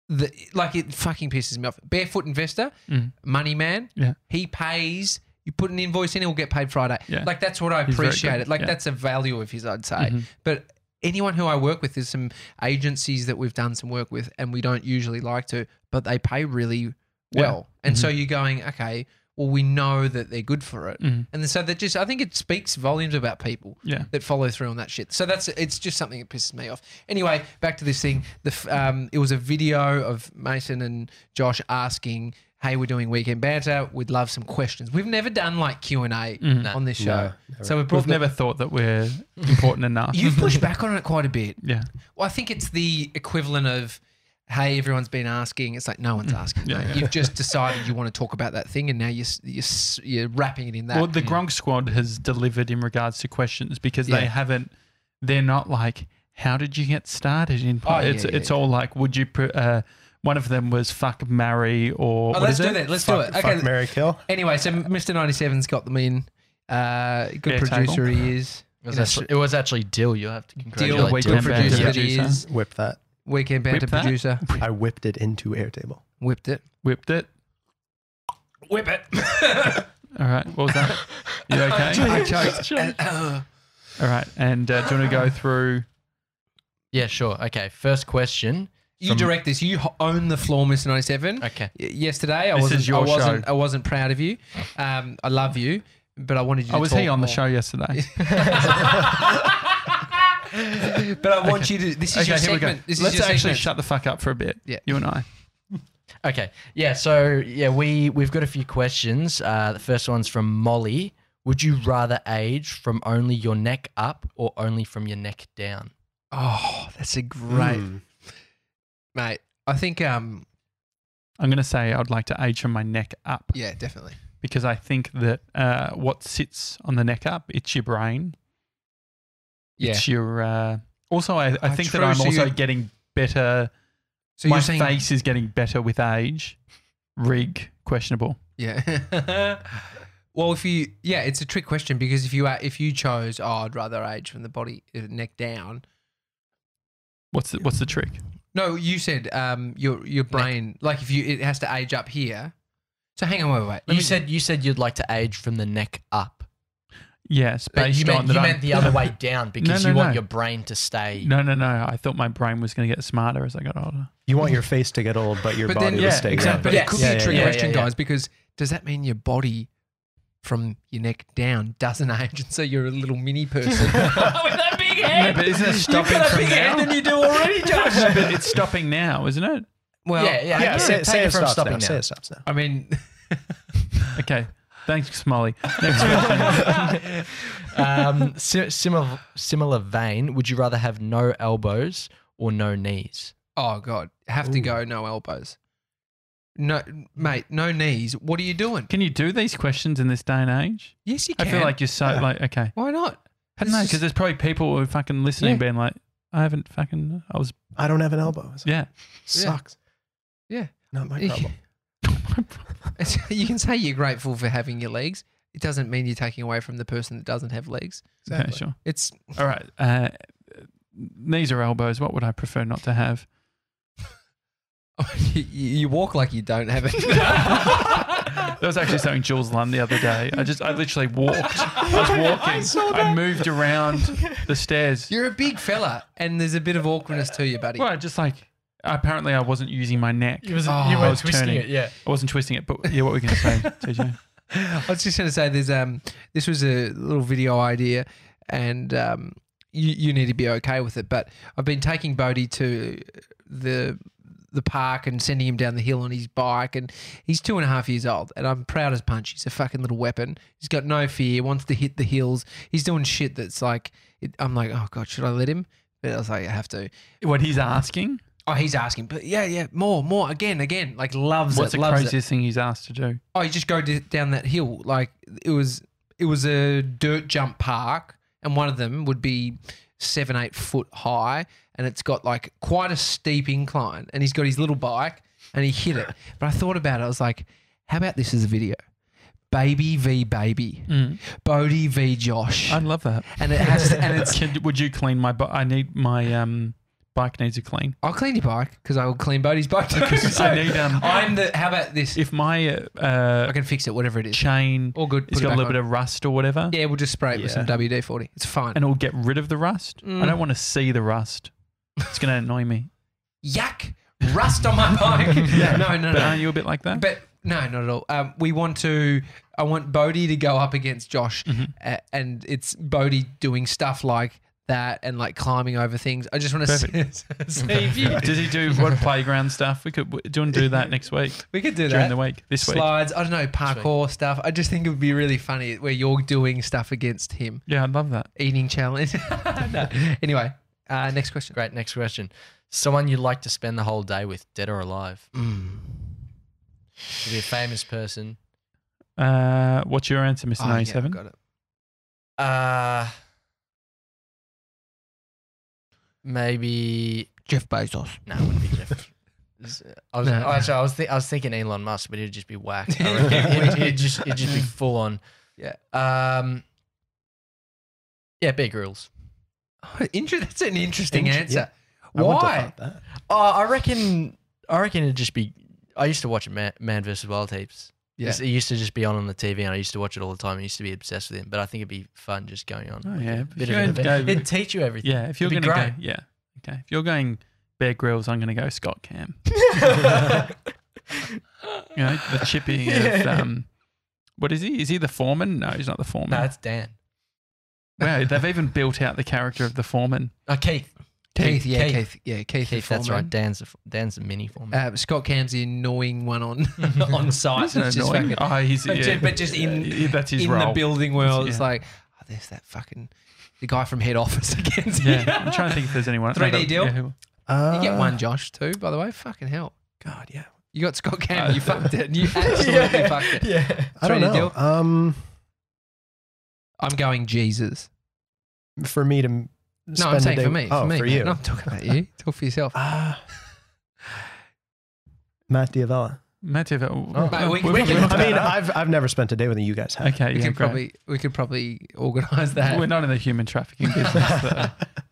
Speaker 2: The like it fucking pisses me off. Barefoot investor,
Speaker 1: Mm.
Speaker 2: money man.
Speaker 1: Yeah.
Speaker 2: he pays. You put an invoice in, he'll get paid Friday.
Speaker 1: Yeah.
Speaker 2: Like that's what I
Speaker 1: He's very
Speaker 2: appreciate
Speaker 1: good.
Speaker 2: it. Like
Speaker 1: Yeah.
Speaker 2: that's a value of his, I'd say.
Speaker 1: Mhm.
Speaker 2: But anyone who I work with, there's some agencies that we've done some work with, and we don't usually like to, but they pay really
Speaker 1: Yeah. Mm-hmm.
Speaker 2: well. And so you're going, okay, well, we know that they're good for it.
Speaker 1: Mhm.
Speaker 2: And so that just, I think it speaks volumes about people
Speaker 1: Yeah.
Speaker 2: that follow through on that shit. So that's, it's just something that pisses me off. Anyway, back to this thing. The, f- um, it was a video of Mason and Josh asking, hey, we're doing weekend banter. We'd love some questions. We've never done like Q and A
Speaker 4: No.
Speaker 2: on this show,
Speaker 3: No, never.
Speaker 2: so we brought
Speaker 1: Mm-hmm. We've
Speaker 2: the-
Speaker 1: never thought that we're important enough.
Speaker 2: You've pushed back on it quite a bit.
Speaker 1: yeah.
Speaker 2: Well, I think it's the equivalent of, hey, everyone's been asking. It's like no one's asking.
Speaker 1: Mm. Yeah,
Speaker 2: mate.
Speaker 1: yeah.
Speaker 2: You've just decided you want to talk about that thing, and now you're s- you're, s- you're wrapping it in that.
Speaker 1: Well, the Gronk squad has delivered in regards to questions because they
Speaker 2: Yeah.
Speaker 1: haven't. They're not like, how did you get started in?
Speaker 2: Oh, yeah,
Speaker 1: it's
Speaker 2: yeah,
Speaker 1: it's all like, would you? Pre- uh, one of them was fuck marry or
Speaker 2: Oh,
Speaker 1: what
Speaker 2: let's
Speaker 1: is
Speaker 2: do
Speaker 1: it?
Speaker 2: that. Let's
Speaker 3: fuck,
Speaker 2: do it. Okay.
Speaker 3: fuck Mary Kill.
Speaker 2: Anyway, so Mr. 97's got them in. Uh,
Speaker 1: Fair
Speaker 2: good producer he is.
Speaker 4: It was, actually, it was actually Dill. You'll have to
Speaker 2: Deal
Speaker 1: Deal
Speaker 4: congratulate
Speaker 2: good
Speaker 1: Weekend
Speaker 4: Dill.
Speaker 1: Banter
Speaker 2: producer
Speaker 1: producer.
Speaker 2: he is.
Speaker 3: Whip that.
Speaker 2: Weekend banter
Speaker 1: Whip that.
Speaker 2: producer.
Speaker 3: I whipped it into Airtable.
Speaker 2: Whipped it.
Speaker 1: Whipped it.
Speaker 2: Whip it.
Speaker 1: All right. What was that? you okay?
Speaker 2: I choked. And, uh,
Speaker 1: all right. And uh, do you want to go through?
Speaker 4: Yeah, sure. Okay, first question.
Speaker 2: you
Speaker 4: From-
Speaker 2: direct this. You ho- own the floor, Mr. 97.
Speaker 4: Okay.
Speaker 2: Y- Yesterday, I
Speaker 1: This
Speaker 2: wasn't.
Speaker 1: is your
Speaker 2: I wasn't.
Speaker 1: show.
Speaker 2: I wasn't proud of you. Um, I love you, but I wanted you.
Speaker 1: Oh,
Speaker 2: to
Speaker 1: was
Speaker 2: talk
Speaker 1: he on the
Speaker 2: more.
Speaker 1: show yesterday?
Speaker 2: But I want you to. This is your
Speaker 1: here we go.
Speaker 2: segment. This
Speaker 1: Let's
Speaker 2: is your
Speaker 1: actually
Speaker 2: segment.
Speaker 1: shut the fuck up for a bit.
Speaker 2: Yeah.
Speaker 1: You and I.
Speaker 4: Okay. Yeah. So yeah, we we've got a few questions. Uh, the first one's from Molly. Would you rather age from only your neck up or only from your neck down?
Speaker 2: oh, that's a great
Speaker 1: Hmm.
Speaker 2: mate. I think. Um.
Speaker 1: I'm going to say I'd like to age from my neck up.
Speaker 2: Yeah, definitely.
Speaker 1: because I think that uh, what sits on the neck up, it's your brain.
Speaker 2: Yeah.
Speaker 1: It's your. Uh, also, I, I
Speaker 2: Oh,
Speaker 1: think
Speaker 2: true,
Speaker 1: that I'm
Speaker 2: so
Speaker 1: also
Speaker 2: you-
Speaker 1: getting better.
Speaker 2: So
Speaker 1: my
Speaker 2: you're saying
Speaker 1: face is getting better with age. Rig questionable.
Speaker 2: Yeah. well, if you yeah, it's a trick question because if you are, if you chose, oh, I'd rather age from the body uh, neck down.
Speaker 1: What's the, what's the trick?
Speaker 2: No, you said um your your brain like if you it has to age up here. So hang on, wait, wait. wait. Let
Speaker 4: You
Speaker 2: me-
Speaker 4: said you said you'd like to age from the neck up.
Speaker 1: Yes,
Speaker 4: But
Speaker 1: based
Speaker 4: Uh,
Speaker 1: on
Speaker 4: you meant,
Speaker 1: that
Speaker 4: you
Speaker 1: I'm-
Speaker 4: meant the other way down because
Speaker 1: no,
Speaker 4: you want
Speaker 1: no.
Speaker 4: your brain to stay.
Speaker 1: No, no, no. I thought my brain was going to get smarter as I got older.
Speaker 3: You want your face to get old, but your
Speaker 2: but
Speaker 3: body
Speaker 2: then
Speaker 3: to
Speaker 1: yeah,
Speaker 3: stay young.
Speaker 1: exactly.
Speaker 2: but it
Speaker 4: Yes.
Speaker 2: could
Speaker 3: Yeah,
Speaker 2: be a
Speaker 3: yeah,
Speaker 2: trick
Speaker 4: yeah,
Speaker 2: question,
Speaker 4: yeah, yeah.
Speaker 2: guys, because does that mean your body from your neck down doesn't age, and so you're a little mini person?
Speaker 1: No, but isn't it stopping from now?
Speaker 2: you do already, Josh.
Speaker 1: No, but it's stopping now, isn't it?
Speaker 2: Well,
Speaker 4: yeah, yeah.
Speaker 3: Yeah,
Speaker 4: I
Speaker 3: say,
Speaker 4: take
Speaker 3: say
Speaker 4: it
Speaker 3: it
Speaker 4: from
Speaker 3: stops now.
Speaker 4: stopping
Speaker 3: Say
Speaker 4: now.
Speaker 3: it stops now.
Speaker 2: I mean,
Speaker 1: Okay. Thanks, Molly. Next question.
Speaker 4: um, si- similar similar vein. Would you rather have no elbows or no knees?
Speaker 2: Oh God, have to go no elbows. No, mate, no knees. What are you doing?
Speaker 1: Can you do these questions in this day and age?
Speaker 2: Yes, you
Speaker 1: I
Speaker 2: can.
Speaker 1: feel like you're so
Speaker 3: Yeah.
Speaker 1: like okay.
Speaker 2: why not?
Speaker 1: I don't know
Speaker 2: This
Speaker 1: because
Speaker 2: is-
Speaker 1: there's probably people who are fucking listening,
Speaker 2: Yeah.
Speaker 1: being like, "I haven't fucking, I was,
Speaker 3: I don't have an elbow. So
Speaker 1: yeah."
Speaker 3: Sucks.
Speaker 2: Yeah.
Speaker 3: Not my problem.
Speaker 2: you can say you're grateful for having your legs. It doesn't mean you're taking away from the person that doesn't have legs.
Speaker 1: Okay,
Speaker 3: Exactly.
Speaker 1: sure.
Speaker 2: It's
Speaker 1: All right. Uh, knees or elbows? What would I prefer not to have?
Speaker 2: you, you walk like you don't have it.
Speaker 1: That was actually something Jules Lund the other day. I just, I literally walked. I was walking. I, moved around the stairs.
Speaker 2: you're a big fella, and there's a bit of awkwardness to you, buddy.
Speaker 1: Well, I just like. Apparently, I wasn't using my neck.
Speaker 2: Oh, you
Speaker 1: I was turning.
Speaker 4: yeah.
Speaker 1: I wasn't twisting it. But yeah, what were we going to say, TJ?
Speaker 2: I was just going to say, there's um, this was a little video idea, and um, you you need to be okay with it. But I've been taking Bodhi to the the park and sending him down the hill on his bike, and he's two and a half years old, and I'm proud as punch. He's a fucking little weapon. He's got no fear. Wants to hit the hills. He's doing shit that's like, it, I'm like, oh god, should I let him? But I was like, I have to.
Speaker 1: What he's asking?
Speaker 2: Oh, he's asking, but yeah, yeah, more, more, again, again, like loves
Speaker 1: What's
Speaker 2: it,
Speaker 1: the
Speaker 2: loves it.
Speaker 1: craziest thing he's asked to do?
Speaker 2: Oh, you just go d- down that hill. Like it was, it was a dirt jump park, and one of them would be seven, eight foot high, and it's got like quite a steep incline. And he's got his little bike, and he hit it. But I thought about it. I was like, how about this as a video? Baby v baby, Bodie v Josh,
Speaker 1: Mm. I love that.
Speaker 2: and it has, to, and it's.
Speaker 1: Can, would you clean my? Bi- I need my um bike needs a clean.
Speaker 2: I'll clean your bike because I will clean Bodie's bike. Too.
Speaker 1: I need um.
Speaker 2: I'm the. How about this?
Speaker 1: if my uh,
Speaker 2: I
Speaker 1: uh
Speaker 2: can fix it, whatever it is.
Speaker 1: chain
Speaker 2: All good.
Speaker 1: it's
Speaker 2: put it
Speaker 1: got a
Speaker 2: back
Speaker 1: little
Speaker 2: on.
Speaker 1: bit of rust or whatever,
Speaker 2: Yeah, we'll just spray it with some
Speaker 3: Yeah.
Speaker 2: WD forty. It's fine.
Speaker 1: and it'll get rid of the rust. I
Speaker 2: Mm.
Speaker 1: don't want to see the rust. It's gonna annoy me.
Speaker 2: yuck, rust on my bike. No, no,
Speaker 1: But
Speaker 2: no.
Speaker 1: aren't you a bit like that?
Speaker 2: But no, not at all. Um, we want to.
Speaker 1: Mm-hmm.
Speaker 2: I want Bodie to go up against Josh, a- and it's Bodie doing stuff like that and like climbing over things. I just want to see, see if you.
Speaker 1: Does he do what playground stuff? We could do you want to do that next week
Speaker 2: We could do
Speaker 1: during
Speaker 2: that.
Speaker 1: the week this week.
Speaker 2: Slides. I don't know parkour stuff. I just think it would be really funny where you're doing stuff against him.
Speaker 1: Yeah, I'd love that.
Speaker 2: Eating challenge. No. Anyway, uh, next question.
Speaker 4: Great. Next question. Someone you'd like to spend the whole day with, dead or alive?
Speaker 1: Mm.
Speaker 4: Could be a famous person.
Speaker 1: Uh, what's your answer, Mister
Speaker 2: Oh, yeah,
Speaker 1: Ninety Seven?
Speaker 2: got it.
Speaker 4: Uh, maybe
Speaker 2: Jeff Bezos.
Speaker 4: no, it wouldn't be Jeff. I was, oh,
Speaker 2: No.
Speaker 4: actually, I was, thi- I was thinking Elon Musk, but it'd just be whack. I
Speaker 2: Yeah.
Speaker 4: reckon. it'd, it'd just, it'd just be full on.
Speaker 2: Yeah.
Speaker 4: Um. Yeah, Bear Grylls.
Speaker 2: Oh, inter- that's an interesting
Speaker 3: Int-
Speaker 2: answer.
Speaker 3: I wouldn't have
Speaker 2: Why?
Speaker 3: thought that.
Speaker 4: Oh, I reckon. I reckon it'd just be. I used to watch Man, Man versus Wild heaps.
Speaker 2: Yeah.
Speaker 4: It's- It used to just be on on the TV, and I used to watch it all the time. I used to be obsessed with it, but I think it'd be fun just going on.
Speaker 1: Oh,
Speaker 4: like,
Speaker 1: yeah.
Speaker 4: a
Speaker 1: If
Speaker 4: bit
Speaker 1: you're
Speaker 4: of an
Speaker 1: gonna
Speaker 4: event.
Speaker 1: go-
Speaker 4: It'd teach you everything.
Speaker 1: Yeah, if you're
Speaker 4: It'd
Speaker 1: going to
Speaker 4: be
Speaker 1: go, yeah, okay. If you're going Bear Grylls, I'm going to go Scott Cam. You know, the chippy of um, what is he? Is he the foreman? No, he's not the foreman.
Speaker 4: no, it's Dan.
Speaker 1: wow, they've even built out the character of the foreman.
Speaker 4: Oh, Keith.
Speaker 2: Keith, yeah,
Speaker 4: Keith.
Speaker 2: Keith, yeah, Keith. the
Speaker 4: Keith, that's
Speaker 2: foreman.
Speaker 4: right. Dan's a, Dan's a mini foreman.
Speaker 2: Uh, Scott Cam's the annoying one on on site.
Speaker 1: Isn't
Speaker 2: It's
Speaker 1: it
Speaker 2: just
Speaker 1: annoying?
Speaker 2: fucking-
Speaker 1: Oh, he's
Speaker 2: but,
Speaker 1: yeah.
Speaker 2: ju- but just in
Speaker 1: Yeah, that's his
Speaker 2: in
Speaker 1: role.
Speaker 2: the building world, it's
Speaker 1: Yeah.
Speaker 2: like oh, there's that fucking the guy from head office again.
Speaker 1: Yeah, I'm trying to think if there's anyone. no,
Speaker 2: 3D
Speaker 1: that-
Speaker 2: deal?
Speaker 1: yeah, who-
Speaker 3: Uh,
Speaker 2: You get one, Josh, too. By the way, fucking hell,
Speaker 3: God, yeah.
Speaker 2: you got Scott Cam.
Speaker 1: Uh,
Speaker 2: you fucked it. You absolutely fucked it.
Speaker 4: yeah.
Speaker 3: I don't
Speaker 2: Trying to
Speaker 3: know. Um,
Speaker 2: I'm going Jesus.
Speaker 3: for me to m-
Speaker 2: No,
Speaker 3: spend
Speaker 2: I'm
Speaker 3: a
Speaker 2: saying
Speaker 3: day-
Speaker 2: for me.
Speaker 3: Oh,
Speaker 2: for me.
Speaker 3: you.
Speaker 2: No, I'm talking about you. Talk for yourself.
Speaker 3: Ah. Matt Diavella.
Speaker 1: Matt, if it-
Speaker 2: Mate, we-
Speaker 1: we've-
Speaker 2: Oh, we
Speaker 1: we've
Speaker 2: can-
Speaker 1: got
Speaker 3: I mean,
Speaker 1: that.
Speaker 3: I've I've never spent a day with him. You guys have.
Speaker 1: okay,
Speaker 2: we
Speaker 1: yeah, great.
Speaker 2: could probably we could probably organise that.
Speaker 1: We're not in the human trafficking business, though.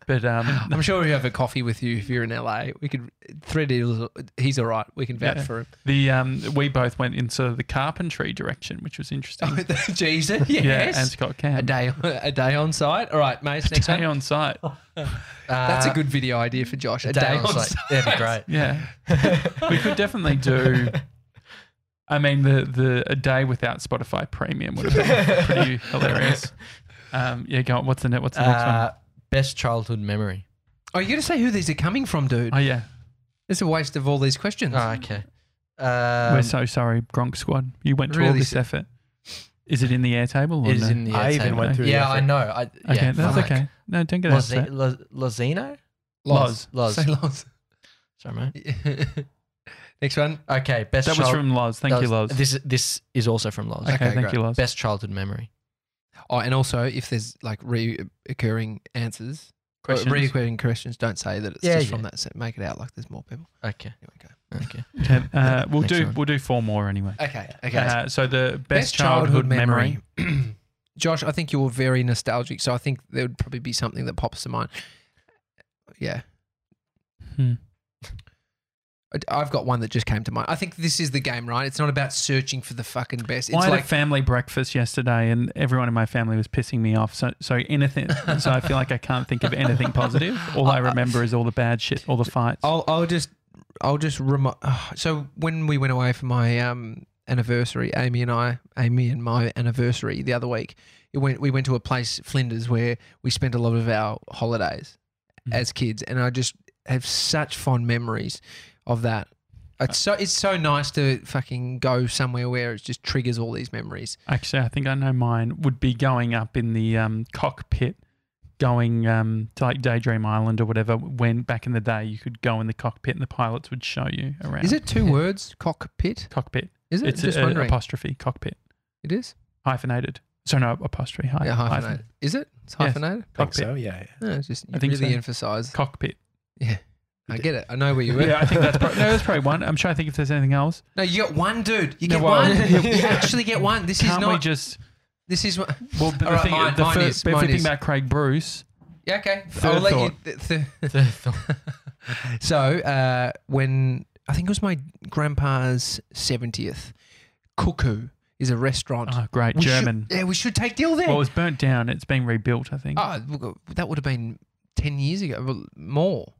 Speaker 1: but um,
Speaker 2: I'm sure we have a coffee with you if you're in LA. We could three deals. He's all right. We can vouch
Speaker 1: Yeah.
Speaker 2: for him.
Speaker 1: the um, we both went in sort of the carpentry direction, which was interesting.
Speaker 4: Oh,
Speaker 2: Jesus,
Speaker 1: Yeah,
Speaker 2: yes.
Speaker 1: and Scott Cam.
Speaker 2: a day, a day on site. All right, mate. Next
Speaker 1: Stay
Speaker 2: one.
Speaker 1: on site.
Speaker 4: Oh.
Speaker 1: Uh,
Speaker 2: That's a good video idea for Josh. A, day, on site.
Speaker 4: Uh, That'd be great.
Speaker 1: Yeah, we could definitely do. I mean, the the a day without Spotify Premium would have been pretty hilarious. Um, yeah, go on. What's the net? What's the next
Speaker 4: Uh, best childhood memory.
Speaker 2: Oh, you got to say who these are coming from, dude.
Speaker 1: one? Oh yeah,
Speaker 2: It's a waste of all these questions.
Speaker 4: Oh, okay. Um,
Speaker 1: we're so sorry, Gronk Squad. You went to all
Speaker 2: really
Speaker 1: this
Speaker 2: so-
Speaker 1: effort. Is it in the airtable?
Speaker 4: it
Speaker 1: Or
Speaker 4: is
Speaker 1: no?
Speaker 4: in the
Speaker 3: I even
Speaker 4: airtable.
Speaker 3: went through.
Speaker 4: Yeah,
Speaker 3: the
Speaker 4: I
Speaker 3: effort.
Speaker 4: know. I,
Speaker 1: Okay,
Speaker 4: yeah,
Speaker 1: that's
Speaker 4: fuck.
Speaker 1: okay. No, don't get
Speaker 4: Lozi-
Speaker 1: upset.
Speaker 4: Lo- Lozino?
Speaker 1: Loz.
Speaker 4: Loz.
Speaker 2: Say Loz.
Speaker 4: Sorry, mate.
Speaker 2: Next one.
Speaker 4: Okay, best
Speaker 1: That was
Speaker 4: child-
Speaker 1: from Loz. Thank
Speaker 4: that
Speaker 1: you, Loz.
Speaker 4: was- This, this is also from Loz.
Speaker 1: okay,
Speaker 2: Okay,
Speaker 1: thank
Speaker 2: great.
Speaker 1: you, Loz.
Speaker 4: Best childhood memory.
Speaker 2: Oh, and also if there's like reoccurring answers, or
Speaker 1: Questions.
Speaker 2: reoccurring questions, don't say that it's
Speaker 4: Yeah,
Speaker 2: just
Speaker 4: yeah.
Speaker 2: from that. set. Make it out like there's more people.
Speaker 4: Okay.
Speaker 2: Here we go.
Speaker 4: Okay.
Speaker 1: Okay, uh, we'll
Speaker 4: Next
Speaker 1: do.
Speaker 4: one.
Speaker 1: We'll do four more anyway.
Speaker 2: Okay. Okay.
Speaker 1: Uh, so the best, childhood, memory.
Speaker 2: memory. Josh, I think you're very nostalgic, so I think there would probably be something that pops to mind. Yeah.
Speaker 1: Hmm.
Speaker 2: I- I've got one that just came to mind. I think this is the game, right? It's not about searching for the fucking best. It's
Speaker 1: I had
Speaker 2: like
Speaker 1: a family breakfast yesterday, and everyone in my family was pissing me off. So, so anything. so I feel like I can't think of anything positive. All I remember is all the bad shit,
Speaker 2: Oh.
Speaker 1: all the fights.
Speaker 2: I'll I'll just I'll just remind. so when we went away for my um anniversary, Amy and I, Amy and my anniversary the other week, it went we went to a place Flinders where we spent a lot of our holidays
Speaker 1: Mhm.
Speaker 2: as kids, and I just have such fond memories of that. It's so it's so nice to fucking go somewhere where it just triggers all these memories.
Speaker 1: Actually, I think I know mine would be going up in the um, cockpit, going um, to like Daydream Island or whatever. When back in the day, you could go in the cockpit, and the pilots would show you around.
Speaker 2: Is it two words? Cockpit?
Speaker 1: cockpit?
Speaker 2: Is it?
Speaker 1: It's
Speaker 2: just
Speaker 1: a- a
Speaker 2: wondering.
Speaker 1: apostrophe cockpit
Speaker 2: it is.
Speaker 1: hyphenated. So no apostrophe hy-
Speaker 2: Yeah,
Speaker 1: hyphen-
Speaker 2: hyphenated. Is it? It's
Speaker 1: Yes.
Speaker 2: hyphenated.
Speaker 3: I think
Speaker 1: cockpit.
Speaker 3: so. Yeah. yeah.
Speaker 2: No, it's just you
Speaker 1: I think
Speaker 2: really
Speaker 1: so.
Speaker 2: emphasize.
Speaker 1: Cockpit.
Speaker 2: I get it. I know where you were.
Speaker 1: Yeah, I think that's probably, no, that's probably one. I'm trying to think if there's anything else.
Speaker 2: No, you got one, dude. You
Speaker 1: No,
Speaker 2: get
Speaker 1: well,
Speaker 2: one.
Speaker 1: yeah.
Speaker 2: You actually get one. This is
Speaker 1: Can't we
Speaker 2: not.
Speaker 1: just?
Speaker 2: this is what.
Speaker 1: Well, but the
Speaker 2: All right,
Speaker 1: thing,
Speaker 2: mine-
Speaker 1: the
Speaker 2: mine
Speaker 1: fir-
Speaker 2: is-
Speaker 1: but if
Speaker 2: mine
Speaker 1: we think
Speaker 2: is.
Speaker 1: about Craig Bruce,
Speaker 2: Yeah, okay.
Speaker 1: Third
Speaker 2: I'll let you.
Speaker 1: thought.
Speaker 2: Th- th- so uh, when I think it was my grandpa's seventieth, Cuckoo is a restaurant.
Speaker 1: oh, great
Speaker 2: We should-
Speaker 1: German.
Speaker 2: yeah, we should take Dill there. Ah,
Speaker 1: Well, it was burnt down. It's been rebuilt, I think.
Speaker 2: oh, that would have been ten years ago, well, more.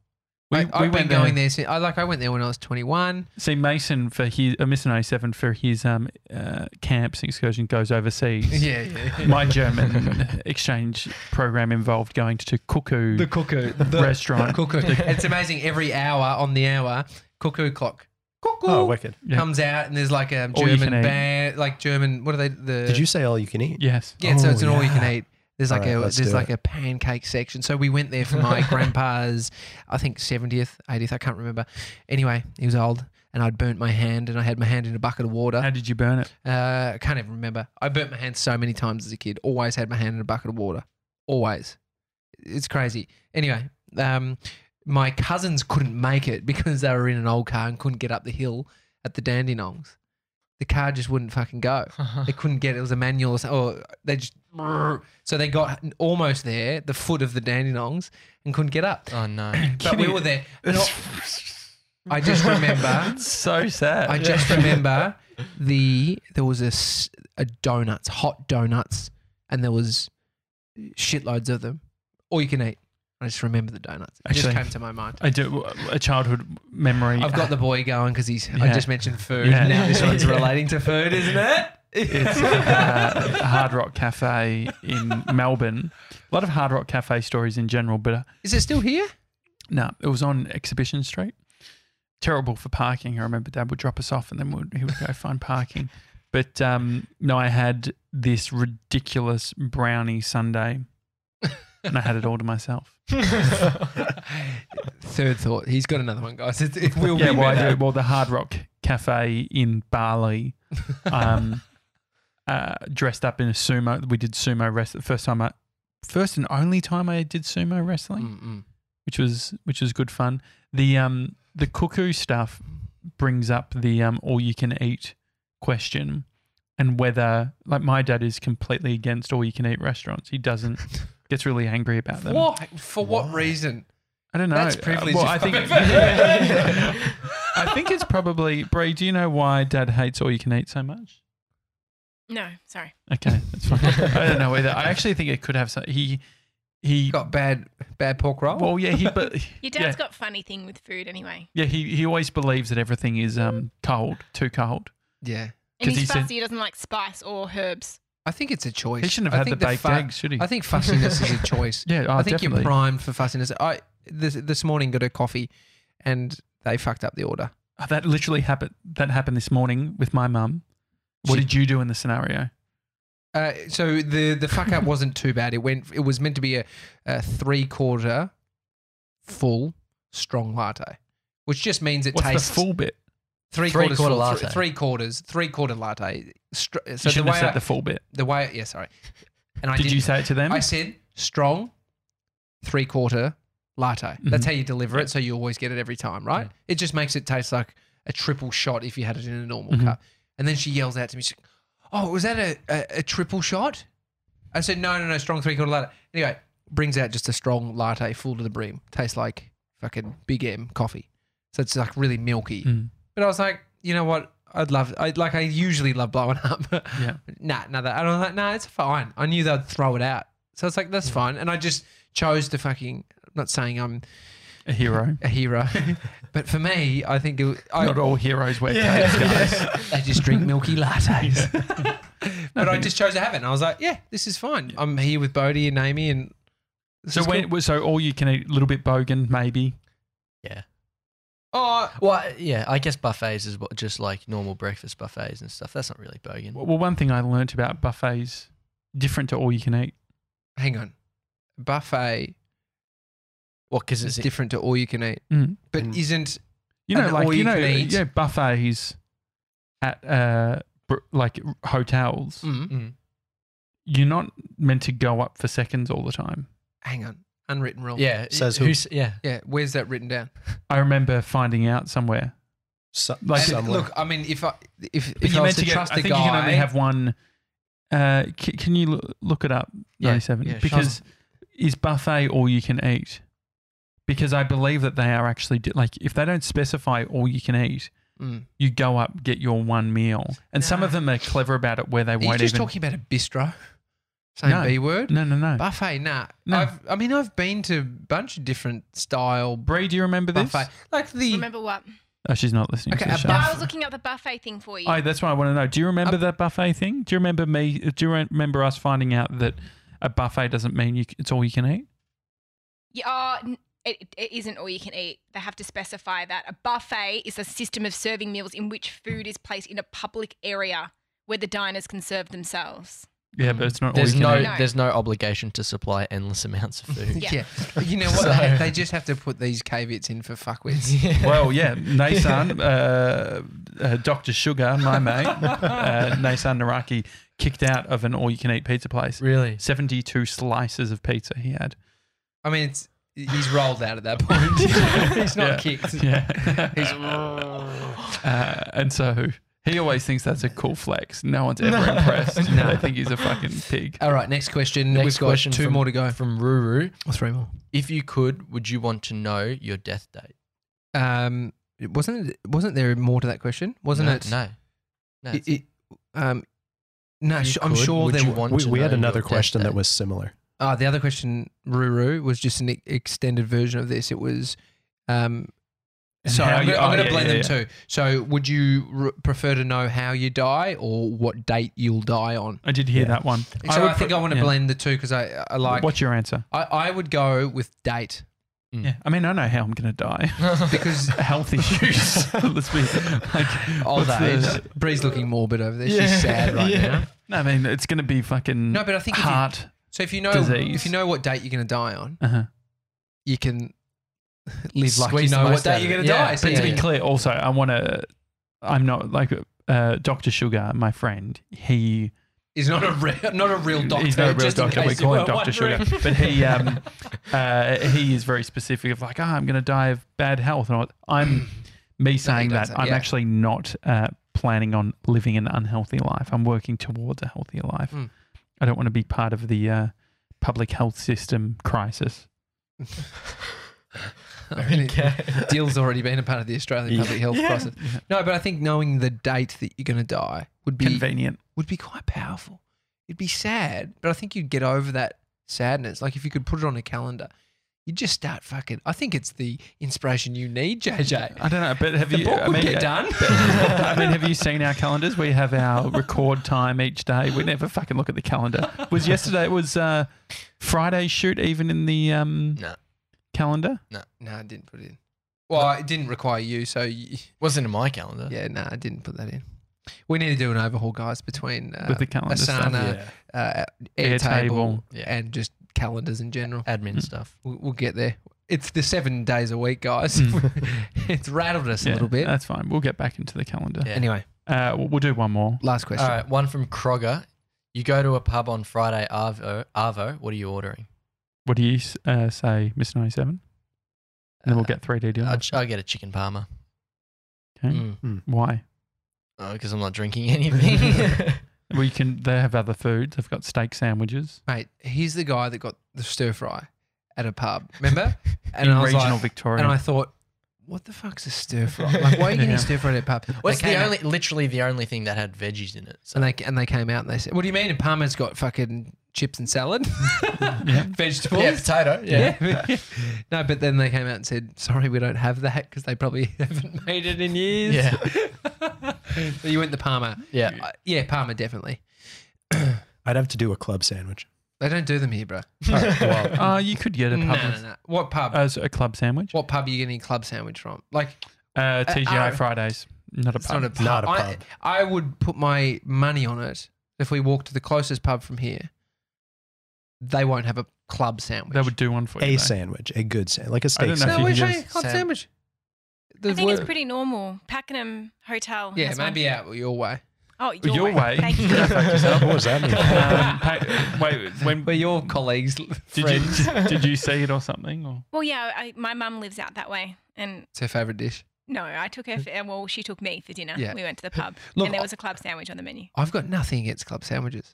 Speaker 1: We,
Speaker 2: I,
Speaker 1: we
Speaker 2: I've been
Speaker 1: went
Speaker 2: going
Speaker 1: there.
Speaker 2: there. since I like I went there when I was 21.
Speaker 1: See, Mason for his uh, Mason 07 for his um uh, camps excursion goes overseas.
Speaker 2: Yeah, yeah.
Speaker 1: My German exchange program involved going to cuckoo
Speaker 2: cuckoo.
Speaker 1: restaurant.
Speaker 2: cuckoo. it's amazing. Every hour on the hour, cuckoo clock. Cuckoo.
Speaker 3: Oh, wicked.
Speaker 1: Yeah.
Speaker 2: comes out and there's like a
Speaker 1: All you
Speaker 2: German
Speaker 1: can eat.
Speaker 2: band, like German. What are they? The
Speaker 3: Did you say all you can eat?
Speaker 1: Yes.
Speaker 2: Yeah, so
Speaker 3: Oh,
Speaker 2: it's an all you can
Speaker 3: yeah.
Speaker 2: eat. There's like
Speaker 3: Alright,
Speaker 2: a
Speaker 3: let's
Speaker 2: there's
Speaker 3: do
Speaker 2: like
Speaker 3: it.
Speaker 2: a pancake section. So we went there for my grandpa's, I think seventieth, eightieth, I can't remember. Anyway, he was old, and I'd burnt my hand, and I had my hand in a bucket of water.
Speaker 1: How did you burn it?
Speaker 2: Uh, I can't even remember. I burnt my hand so many times as a kid. Always had my hand in a bucket of water. Always. It's crazy. Anyway, um, my cousins couldn't make it because they were in an old car and couldn't get up the hill at the Dandenongs. The car just wouldn't fucking go. They couldn't get it. It was a manual or, so- or they just. So they got almost there, the foot of the Dandenongs, and couldn't get up.
Speaker 4: Oh no.
Speaker 2: But we were there. Not- I just remember.
Speaker 1: It's so sad.
Speaker 2: I just remember the there was a, s- a donuts, hot donuts, and there was shitloads of them. All you can eat. I just remember the donuts. It just
Speaker 1: Actually-
Speaker 2: came to my mind.
Speaker 1: I do a childhood memory.
Speaker 2: I've got the boy going because he's. I
Speaker 1: Yeah.
Speaker 2: just mentioned food.
Speaker 1: Yeah.
Speaker 2: Now this one's relating to food, isn't it?
Speaker 1: It's uh, a Hard Rock Cafe in Melbourne. A lot of Hard Rock Cafe stories in general, but uh,
Speaker 2: Is it still here?
Speaker 1: no, it was on Exhibition Street. Terrible for parking. I remember Dad would drop us off, and then would he would go find parking. But um, no, I had this ridiculous brownie sundae, and I had it all to myself.
Speaker 2: Third thought. He's got another one, guys. It, it will
Speaker 1: yeah,
Speaker 2: be
Speaker 1: well, I
Speaker 2: better.
Speaker 1: do. Well, the Hard Rock Cafe in Bali, um, uh, dressed up in a sumo. We did sumo wrestling. First time I, first and only time I did sumo wrestling,
Speaker 2: Mm-mm.
Speaker 1: which was which was good fun. The um the cuckoo stuff brings up the um all you can eat question, and whether like my dad is completely against all you can eat restaurants. He doesn't gets really angry about them.
Speaker 2: What? For what reason?
Speaker 1: I don't know.
Speaker 2: That's
Speaker 1: Uh,
Speaker 2: privilege.
Speaker 1: well, I think I think it's probably Brie. Do you know why Dad hates all you can eat so much?
Speaker 5: No, sorry.
Speaker 1: Okay, that's fine. I don't know either. I actually think it could have some. He he.
Speaker 2: got bad, bad pork roll.
Speaker 1: well, yeah, he but
Speaker 5: Your dad's
Speaker 1: yeah,
Speaker 5: got funny thing with food anyway.
Speaker 1: yeah, he he always believes that everything is um cold, too cold.
Speaker 2: yeah.
Speaker 5: And
Speaker 1: 'Cause
Speaker 5: he's
Speaker 1: he said-
Speaker 5: fussy. he doesn't like spice or herbs.
Speaker 2: I think it's a choice.
Speaker 1: He shouldn't
Speaker 2: I
Speaker 1: have had
Speaker 2: think
Speaker 1: the baked
Speaker 2: fu-
Speaker 1: eggs, should he?
Speaker 2: I think fussiness is a choice.
Speaker 1: yeah, oh,
Speaker 2: I think
Speaker 1: definitely.
Speaker 2: you're primed for fussiness. I this this morning got a coffee, and they fucked up the order.
Speaker 1: Oh, that literally happened. That happened this morning with my mum. What
Speaker 2: She-
Speaker 1: did you do in the scenario?
Speaker 2: Uh, so the the fuck up wasn't too bad. It went. It was meant to be a, a three quarter full strong latte, which just means it
Speaker 1: What's
Speaker 2: tastes
Speaker 1: the full bit?
Speaker 2: three, quarters
Speaker 4: Three-quarter
Speaker 2: full,
Speaker 4: latte.
Speaker 2: Three, three quarters three quarter latte. Str-
Speaker 1: So
Speaker 2: so
Speaker 1: you
Speaker 2: the
Speaker 1: shouldn't
Speaker 2: way
Speaker 1: have said
Speaker 2: I,
Speaker 1: the full bit.
Speaker 2: the way yeah sorry, and I
Speaker 1: Did
Speaker 2: didn't-
Speaker 1: you say it to them?
Speaker 2: I said strong, three quarter latte. That's
Speaker 1: Mhm.
Speaker 2: how you deliver it. So you always get it every time, right? It just makes it taste like a triple shot if you had it in a normal
Speaker 1: Mhm.
Speaker 2: cup. And then she yells out to me, she's like, Oh, was that a, a, a triple shot? I said, No, no, no, strong three quarter latte. Anyway, brings out just a strong latte full to the brim. Tastes like fucking Big M coffee. So it's like really milky.
Speaker 1: Mm,
Speaker 2: But I was like, You know what? I'd love, I like, I usually love blowing up.
Speaker 1: yeah.
Speaker 2: nah, nah, that. And I was like, nah, it's fine. I knew they'd throw it out. So it's like, that's fine. And I just chose to fucking, I'm not saying I'm
Speaker 1: A hero.
Speaker 2: a hero, but for me, I think it, w- I,
Speaker 1: Not all heroes wear capes, guys.
Speaker 2: I just drink milky lattes. but I just chose to have it. And I was like, yeah, this is fine. I'm here with Bodie and Amy. And this
Speaker 1: So
Speaker 2: is
Speaker 1: when
Speaker 2: cool.
Speaker 1: so all you can eat, a little bit bogan maybe.
Speaker 2: oh,
Speaker 4: Well, yeah, I guess buffets is what, just like normal breakfast buffets and stuff. That's not really bogan.
Speaker 1: Well, one thing I learnt about buffets, different to all you can eat.
Speaker 2: hang on. Buffet
Speaker 4: Well, because
Speaker 2: is
Speaker 4: it's
Speaker 2: different to all you can eat,
Speaker 1: Mm.
Speaker 2: but
Speaker 3: Mm.
Speaker 2: isn't
Speaker 1: You know,
Speaker 2: And
Speaker 1: like
Speaker 2: all
Speaker 1: you,
Speaker 2: you
Speaker 1: know,
Speaker 2: can eat.
Speaker 1: yeah, buffets at uh br- like hotels.
Speaker 4: Mm.
Speaker 1: You're not meant to go up for seconds all the time.
Speaker 2: hang on unwritten rule.
Speaker 4: Yeah,
Speaker 3: Says who?
Speaker 4: who's yeah.
Speaker 2: yeah. Where's that written down?
Speaker 1: I remember finding out somewhere.
Speaker 3: So,
Speaker 1: Like-
Speaker 2: And
Speaker 3: somewhere.
Speaker 2: look, I mean, if I if,
Speaker 1: But
Speaker 2: if I
Speaker 1: you're
Speaker 2: was
Speaker 1: meant
Speaker 2: to
Speaker 1: to go.
Speaker 2: trust
Speaker 1: I
Speaker 2: a
Speaker 1: think you can
Speaker 2: guy,
Speaker 1: only have one. Uh, c- can you l- look it up?
Speaker 4: Yeah,
Speaker 1: Ninety-seven.
Speaker 4: yeah, sure.
Speaker 1: because is buffet all you can eat? Because I believe that they are actually di- like if they don't specify all you can eat,
Speaker 2: Mm.
Speaker 1: you go up, get your one meal. And some
Speaker 2: No.
Speaker 1: of them are clever about it where they
Speaker 2: Are you
Speaker 1: won't
Speaker 2: just
Speaker 1: even.
Speaker 2: talking about a bistro? Same
Speaker 1: No.
Speaker 2: B word.
Speaker 1: No, no, no.
Speaker 2: Buffet, nah.
Speaker 1: No.
Speaker 2: I've, I mean, I've been to a bunch of different style
Speaker 1: Bree, do you remember this?
Speaker 2: buffet, like the
Speaker 5: Remember what?
Speaker 1: Oh, she's not listening
Speaker 2: Okay,
Speaker 1: to the
Speaker 2: a
Speaker 1: show.
Speaker 5: No,
Speaker 2: buff-
Speaker 5: I was looking up the buffet thing for you.
Speaker 1: Oh, that's what I want to know. Do you remember that buffet thing? Do you remember me? Do you remember us finding out that a buffet doesn't mean you, c- it's all you can eat?
Speaker 5: Yeah, oh, n- it, it isn't all you can eat. They have to specify that. A buffet is a system of serving meals in which food is placed in a public area where the diners can serve themselves.
Speaker 2: Mm.
Speaker 1: Yeah, but it's not
Speaker 4: There's
Speaker 1: all you
Speaker 4: no,
Speaker 1: can eat.
Speaker 5: No.
Speaker 4: there's no obligation to supply endless amounts of food.
Speaker 5: Yeah.
Speaker 2: yeah. You know what?
Speaker 4: So-
Speaker 2: They, they just have to put these caveats in for fuckwits.
Speaker 1: Well, yeah, Nathan, uh, uh, Dr. Sugar, my mate, uh, Nathan Naraki, kicked out of an all you can eat pizza place.
Speaker 4: really?
Speaker 1: 72 slices of pizza he had.
Speaker 2: I mean, it's he's rolled out at that point. he's not
Speaker 1: Yeah.
Speaker 2: kicked.
Speaker 1: Yeah.
Speaker 2: He's,
Speaker 1: uh, and so he always thinks that's a cool flex. No one's ever impressed.
Speaker 2: No. Uh,
Speaker 1: They think he's a fucking pig.
Speaker 2: all right, next question.
Speaker 4: Next
Speaker 2: We've got
Speaker 4: question
Speaker 2: two
Speaker 4: from-
Speaker 2: more to go.
Speaker 4: From Ruru,
Speaker 2: Or three more.
Speaker 4: if you could, would you want to know your death date?
Speaker 2: Um, it wasn't it, wasn't there more to that question? Wasn't
Speaker 4: no,
Speaker 2: it?
Speaker 4: No. No.
Speaker 2: It- it- um, no,
Speaker 4: If
Speaker 2: sh-
Speaker 4: you
Speaker 2: I'm
Speaker 4: could,
Speaker 2: sure
Speaker 4: would
Speaker 2: there.
Speaker 4: you
Speaker 2: were-
Speaker 4: want
Speaker 3: We,
Speaker 4: to
Speaker 3: we had
Speaker 4: know
Speaker 3: another
Speaker 4: your death
Speaker 3: question
Speaker 4: date?
Speaker 3: that was similar.
Speaker 2: Ah, the other question, Ruru, was just an e- extended version of this. It was. Um,
Speaker 1: And
Speaker 2: sorry,
Speaker 1: how
Speaker 2: I'm
Speaker 1: you-
Speaker 2: going to
Speaker 1: oh, yeah,
Speaker 2: blend
Speaker 1: yeah,
Speaker 2: them too. So, would you r- prefer to know how you die or what date you'll die on?
Speaker 1: I did hear
Speaker 3: Yeah.
Speaker 1: that one.
Speaker 2: So, I,
Speaker 1: would
Speaker 2: think
Speaker 1: pro-
Speaker 2: I want to
Speaker 1: yeah.
Speaker 2: blend the two because I, I like.
Speaker 1: What's your answer?
Speaker 2: I, I would go with date Hmm.
Speaker 1: Yeah. I mean, I know how I'm going to die.
Speaker 2: because
Speaker 1: Health issues. Let's be like
Speaker 2: old
Speaker 1: what's
Speaker 2: age.
Speaker 1: the-
Speaker 2: Bree's looking morbid over there. She's sad right now.
Speaker 1: No, I mean, it's going to be fucking
Speaker 2: No, but I think if you-
Speaker 1: heart.
Speaker 2: So if you know
Speaker 1: Disease.
Speaker 2: if you know what date you're going to die on,
Speaker 1: uh-huh.
Speaker 2: you can live like
Speaker 4: Squeeze
Speaker 2: you
Speaker 4: the
Speaker 2: know what
Speaker 4: most
Speaker 2: date
Speaker 4: out of
Speaker 2: you're
Speaker 4: it.
Speaker 2: going to
Speaker 4: Yeah,
Speaker 2: die.
Speaker 1: But
Speaker 2: So
Speaker 4: but
Speaker 1: to
Speaker 2: yeah,
Speaker 1: be clear, also, I want to. I'm not like uh, Doctor Sugar, my friend. He
Speaker 2: he's not a re- not a real doctor.
Speaker 1: He's not a real
Speaker 2: just in
Speaker 1: doctor. We
Speaker 2: case you
Speaker 1: call him
Speaker 2: were
Speaker 1: Doctor Sugar,
Speaker 2: wondering.
Speaker 1: but he um, uh, he is very specific of like, ah, I'm going to die of bad health, and I- I'm me saying
Speaker 2: does
Speaker 1: that
Speaker 2: that,
Speaker 1: I'm
Speaker 2: yeah.
Speaker 1: actually not uh, planning on living an unhealthy life. I'm working towards a healthier life.
Speaker 2: Mm.
Speaker 1: I don't want to be part of the uh, public health system crisis.
Speaker 2: I mean, it- Dill's already been a part of the Australian public health crisis. No, but I think knowing the date that you're going to die would be
Speaker 1: Convenient.
Speaker 2: would be quite powerful. It'd be sad, but I think you'd get over that sadness. Like if you could put it on a calendar, you'd just start fucking. I think it's the inspiration you need, JJ.
Speaker 1: I don't know, but have
Speaker 2: The
Speaker 1: you?
Speaker 2: book
Speaker 1: I
Speaker 2: would
Speaker 1: mean,
Speaker 2: get
Speaker 1: uh,
Speaker 2: done.
Speaker 1: I mean, have you seen our calendars? We have our record time each day. We never fucking look at the calendar. Was yesterday? Was uh, Friday shoot even in the um,
Speaker 4: No.
Speaker 1: calendar?
Speaker 2: No, I didn't put it in. Well, it didn't require you, so you,
Speaker 4: Wasn't in my calendar.
Speaker 2: yeah, no, I didn't put that in. We need to do an overhaul, guys, between uh,
Speaker 1: With the calendar stuff,
Speaker 2: Asana, uh, Airtable,
Speaker 1: Airtable.
Speaker 4: Yeah.
Speaker 2: and just calendars in general.
Speaker 4: Admin stuff.
Speaker 2: We'll, we'll get there. It's the seven days a week, guys. it's rattled us a
Speaker 1: Hmm. Yeah,
Speaker 2: little bit.
Speaker 1: That's fine. We'll get back into the calendar.
Speaker 4: Yeah.
Speaker 2: Anyway,
Speaker 1: Uh, we'll we'll do one more.
Speaker 2: last question.
Speaker 4: All right, one from Kroger. You go to a pub on Friday, Arvo. Arvo what are you ordering?
Speaker 1: What do you s- uh, say, Mister Ninety Seven? And
Speaker 2: Uh,
Speaker 1: then we'll get three D deal.
Speaker 4: Uh, I'll, I'll get a chicken parma Mm.
Speaker 1: Okay. Why?
Speaker 4: because Oh, I'm not drinking anything.
Speaker 1: Well, you can. They have other foods. They've got steak sandwiches
Speaker 2: Mate, he's the guy that got the stir fry at a pub. Remember? And
Speaker 1: in
Speaker 2: I was
Speaker 1: regional
Speaker 2: like,
Speaker 1: Victoria.
Speaker 2: and I thought, what the fuck's a stir fry? Like, why are you getting
Speaker 1: Yeah.
Speaker 2: a stir fry at a pub?
Speaker 4: Well, it's
Speaker 2: They came out-
Speaker 4: the only, literally the only thing that had veggies in it. So.
Speaker 2: And they and they came out and they said, "What do you mean? Parma's got fucking chips and salad, vegetables."
Speaker 4: yeah, potato. Yeah.
Speaker 2: Yeah. no, but then they came out and said, "Sorry, we don't have that because they probably haven't made it in years."
Speaker 4: Yeah.
Speaker 2: But you went the Parma.
Speaker 4: Yeah.
Speaker 2: Uh, yeah, Parma definitely.
Speaker 3: I'd have to do a club sandwich.
Speaker 2: They don't do them here, bro.
Speaker 3: All right, well,
Speaker 1: uh, you could get a
Speaker 2: No,
Speaker 1: pub.
Speaker 2: no, no. What pub?
Speaker 1: uh, so a club sandwich.
Speaker 2: what pub are you getting a club sandwich from? Like,
Speaker 1: Uh, TGI
Speaker 2: uh,
Speaker 1: Fridays. Not a
Speaker 2: it's
Speaker 1: pub.
Speaker 2: not a pub.
Speaker 3: Not a
Speaker 2: I,
Speaker 3: pub.
Speaker 2: I would put my money on it. If we walk to the closest pub from here, they won't have a club sandwich.
Speaker 1: They would do one for you.
Speaker 3: a
Speaker 1: though.
Speaker 3: sandwich, a good sandwich, like a
Speaker 1: I don't
Speaker 3: steak
Speaker 1: know
Speaker 3: sandwich.
Speaker 1: if you
Speaker 2: we're
Speaker 1: can
Speaker 2: trying
Speaker 1: just-
Speaker 2: club
Speaker 4: Sam-
Speaker 2: sandwich.
Speaker 5: I
Speaker 2: The
Speaker 5: think it's
Speaker 2: word-
Speaker 5: pretty normal. Pakenham Hotel.
Speaker 2: yeah,
Speaker 5: has one.
Speaker 2: maybe out your way.
Speaker 5: Oh, your,
Speaker 1: Your way.
Speaker 5: Thank you.
Speaker 1: Yeah, fuck yourself.
Speaker 3: what does that mean?
Speaker 1: um, pa- wait, when
Speaker 2: But your colleagues,
Speaker 1: did you did, did you see it or something? Or
Speaker 5: well, yeah, I, my mum lives out that way, and
Speaker 2: It's her favourite dish.
Speaker 5: no, I took her. For, well, she took me for dinner.
Speaker 2: Yeah.
Speaker 5: We went to the pub,
Speaker 2: Look,
Speaker 5: and there was a club sandwich on the menu.
Speaker 2: I've got nothing against club sandwiches.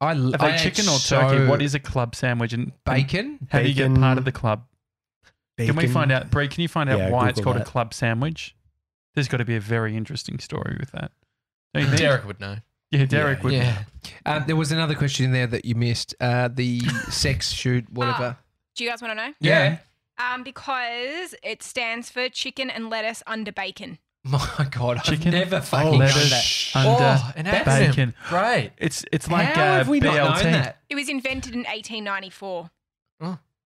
Speaker 2: I love
Speaker 1: are they chicken or turkey? What is a club sandwich? And
Speaker 2: bacon?
Speaker 1: How do you get
Speaker 3: Bacon.
Speaker 1: part of the club? Can we
Speaker 3: Bacon.
Speaker 1: find out, Bree? Can you find out
Speaker 3: Yeah,
Speaker 1: why it's
Speaker 3: Google
Speaker 1: called a
Speaker 3: that.
Speaker 1: club sandwich? There's got to be a very interesting story with that. Don't you think?
Speaker 4: Derek would know.
Speaker 1: Yeah, Derek
Speaker 3: Yeah.
Speaker 1: would.
Speaker 2: Yeah. Um, there was another question in there that you missed. Uh, the sex shoot, whatever.
Speaker 5: Do you guys want to know?
Speaker 2: Yeah.
Speaker 5: Um, because it stands for chicken and lettuce under bacon.
Speaker 2: My God,
Speaker 1: Chicken, Oh,
Speaker 2: I've never fucking
Speaker 1: lettuce,
Speaker 2: known that.
Speaker 1: Under
Speaker 4: oh, an
Speaker 2: that's
Speaker 4: acronym.
Speaker 1: bacon.
Speaker 4: Great.
Speaker 1: It's it's like
Speaker 2: How
Speaker 1: uh,
Speaker 2: have we
Speaker 1: BLT.
Speaker 2: not known that?
Speaker 5: It was invented in 1894.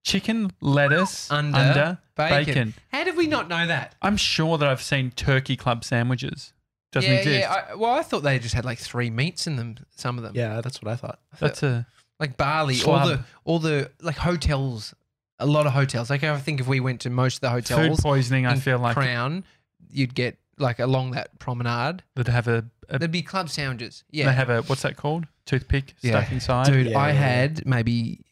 Speaker 1: Chicken, lettuce,
Speaker 2: Under
Speaker 1: under,
Speaker 2: bacon.
Speaker 1: bacon.
Speaker 2: How did we not know that?
Speaker 1: I'm sure that I've seen turkey club sandwiches. Doesn't
Speaker 2: yeah,
Speaker 1: exist.
Speaker 2: yeah. I, well, I thought they just had like three meats in them. Some of them,
Speaker 3: Yeah, that's what I thought.
Speaker 1: That's a
Speaker 2: like barley. All
Speaker 1: Slab.
Speaker 2: the all the like hotels. A lot of hotels. Like I think if we went to most of the
Speaker 1: food
Speaker 2: hotels,
Speaker 1: poisoning. I
Speaker 2: in
Speaker 1: feel like
Speaker 2: Crown, you'd get like along that promenade.
Speaker 1: that have a, a
Speaker 2: There'd be club sandwiches.
Speaker 1: they
Speaker 2: Yeah,
Speaker 1: have a what's that called? Toothpick
Speaker 2: Yeah.
Speaker 1: stuck inside.
Speaker 2: dude.
Speaker 3: Yeah,
Speaker 2: I
Speaker 3: yeah, yeah.
Speaker 2: had maybe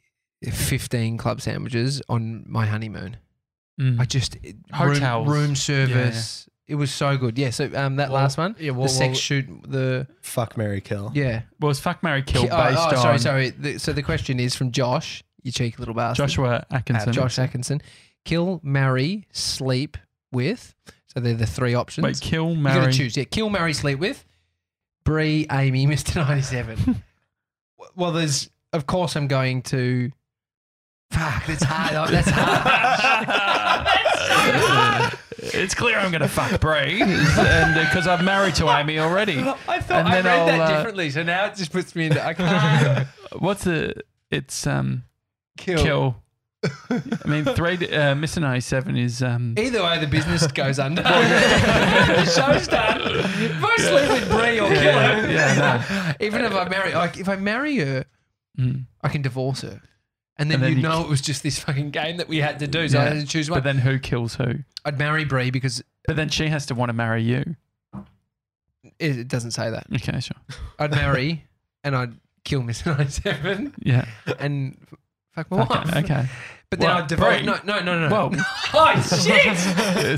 Speaker 2: fifteen club sandwiches on my honeymoon.
Speaker 1: Mm.
Speaker 2: I just it- room,
Speaker 1: Hotels.
Speaker 2: room service. It was so good. Yeah. So um, that
Speaker 4: Well,
Speaker 2: last one,
Speaker 4: Yeah,
Speaker 2: the
Speaker 4: well,
Speaker 2: sex
Speaker 4: well,
Speaker 2: shoot. The
Speaker 3: Fuck Mary Kill.
Speaker 2: yeah.
Speaker 1: well, it's fuck Mary Kill
Speaker 2: Ki-
Speaker 1: based
Speaker 2: oh, oh, sorry,
Speaker 1: on
Speaker 2: sorry. The, so the question is from Josh, you cheeky little bastard.
Speaker 1: Joshua Atkinson.
Speaker 2: Uh, Josh Atkinson. Kill, marry, sleep with. So they're the three options.
Speaker 1: Wait, kill
Speaker 2: you got
Speaker 1: Mary.
Speaker 2: to choose. Yeah, kill, marry, sleep with. Bree, Amy, Mister Ninety Seven. W- well, there's of course I'm going to. Fuck, that's hard. oh, That's hard.
Speaker 1: It's clear I'm going to fuck Bree, and
Speaker 2: uh,
Speaker 1: because I've married to Amy already.
Speaker 2: I thought
Speaker 1: And
Speaker 2: I
Speaker 1: then
Speaker 2: read that
Speaker 1: I'll, uh,
Speaker 2: differently, so now it just puts me into I can't
Speaker 1: What's the? It's um
Speaker 2: kill.
Speaker 1: kill. I mean, three. Uh, Missing I seven is um.
Speaker 2: Either way, the business goes under. the show's done. Mostly with Bree or
Speaker 1: Yeah,
Speaker 2: Killer.
Speaker 1: yeah,
Speaker 2: Even if I marry, like, if I marry her,
Speaker 1: Mm.
Speaker 2: I can divorce her. And then,
Speaker 1: And then
Speaker 2: you,
Speaker 1: you
Speaker 2: know it was just this fucking game that we had to do. So I
Speaker 1: Yeah.
Speaker 2: had to choose one.
Speaker 1: But then who kills who?
Speaker 2: I'd marry Bree because
Speaker 1: But then she has to want to marry you.
Speaker 2: it, it doesn't say that.
Speaker 1: Okay, sure.
Speaker 2: I'd marry and I'd kill Miss 97
Speaker 1: Yeah.
Speaker 2: and f- fuck my wife.
Speaker 1: Okay. okay.
Speaker 2: But then
Speaker 1: Well,
Speaker 2: I'd divorce.
Speaker 1: Bree.
Speaker 2: No, no, no, no.
Speaker 1: Well,
Speaker 2: oh, shit.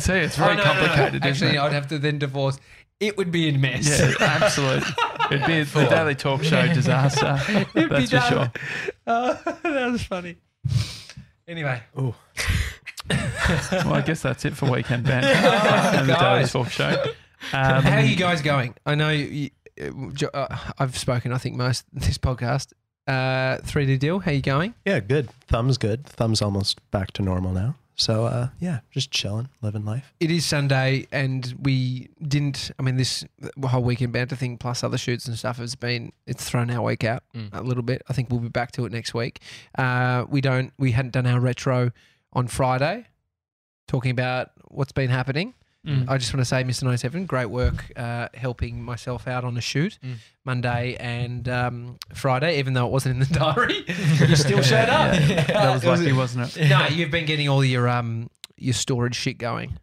Speaker 1: see, it's very
Speaker 2: Oh, no, no, no.
Speaker 1: complicated. isn't
Speaker 2: Actually,
Speaker 1: it?
Speaker 2: I'd have to then divorce. It would be a mess.
Speaker 1: Yeah, absolutely. It'd be the Daily Talk Show disaster.
Speaker 2: It'd be
Speaker 1: That's for
Speaker 2: done.
Speaker 1: sure.
Speaker 2: Uh, that was funny. Anyway,
Speaker 1: Well, I guess that's it for Weekend Band and the Daily
Speaker 2: guys.
Speaker 1: Talk Show.
Speaker 2: Oh how are
Speaker 1: Um,
Speaker 2: you guys going? I know you, you, Jo- uh, I've spoken. I think most this podcast. Uh, Three D deal. How you going?
Speaker 3: Yeah, good. Thumb's good. Thumb's almost back to normal now. So uh, yeah, just chilling, living life.
Speaker 2: It is Sunday, and we didn't. I mean, this whole weekend banter thing, plus other shoots and stuff, has been it's thrown our week out
Speaker 4: Mm.
Speaker 2: a little bit. I think we'll be back to it next week. Uh, we don't. We hadn't done our retro on Friday, talking about what's been happening.
Speaker 1: mm.
Speaker 2: I just want to say, Mr. 97, great work uh, helping myself out on a shoot
Speaker 4: Mm.
Speaker 2: Monday and um, Friday, even though it wasn't in the diary. you still showed up.
Speaker 1: Yeah, That was
Speaker 2: It was-
Speaker 1: lucky, wasn't it?
Speaker 2: no, you've been getting all your um your storage shit going.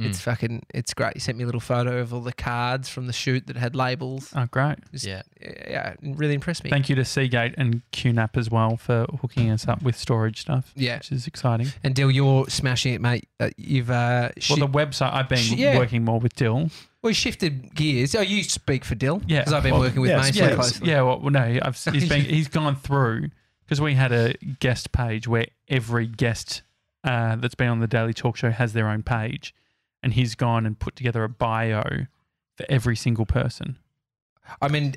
Speaker 4: Mm.
Speaker 2: It's fucking, it's great. You sent me a little photo of all the cards from the shoot that had labels.
Speaker 1: Oh, great.
Speaker 2: Just-
Speaker 4: Yeah.
Speaker 2: Yeah, it really impressed me.
Speaker 1: Thank you to Seagate and QNAP as well for hooking us up with storage stuff,
Speaker 2: yeah.
Speaker 1: which is exciting.
Speaker 2: And Dill, you're smashing it, mate. Uh, you've uh, shi-
Speaker 1: Well, the website, I've been
Speaker 2: Yeah.
Speaker 1: working more with Dill.
Speaker 2: well, shifted gears. Oh, you speak for Dill.
Speaker 1: Yeah,
Speaker 2: Because I've been
Speaker 1: well,
Speaker 2: working with
Speaker 3: yeah,
Speaker 2: Mason
Speaker 3: yeah,
Speaker 2: closely.
Speaker 1: Yeah, well, no, I've, he's been he's gone through because we had a guest page where every guest uh, that's been on the Daily Talk Show has their own page, and he's gone and put together a bio for every single person.
Speaker 2: I mean,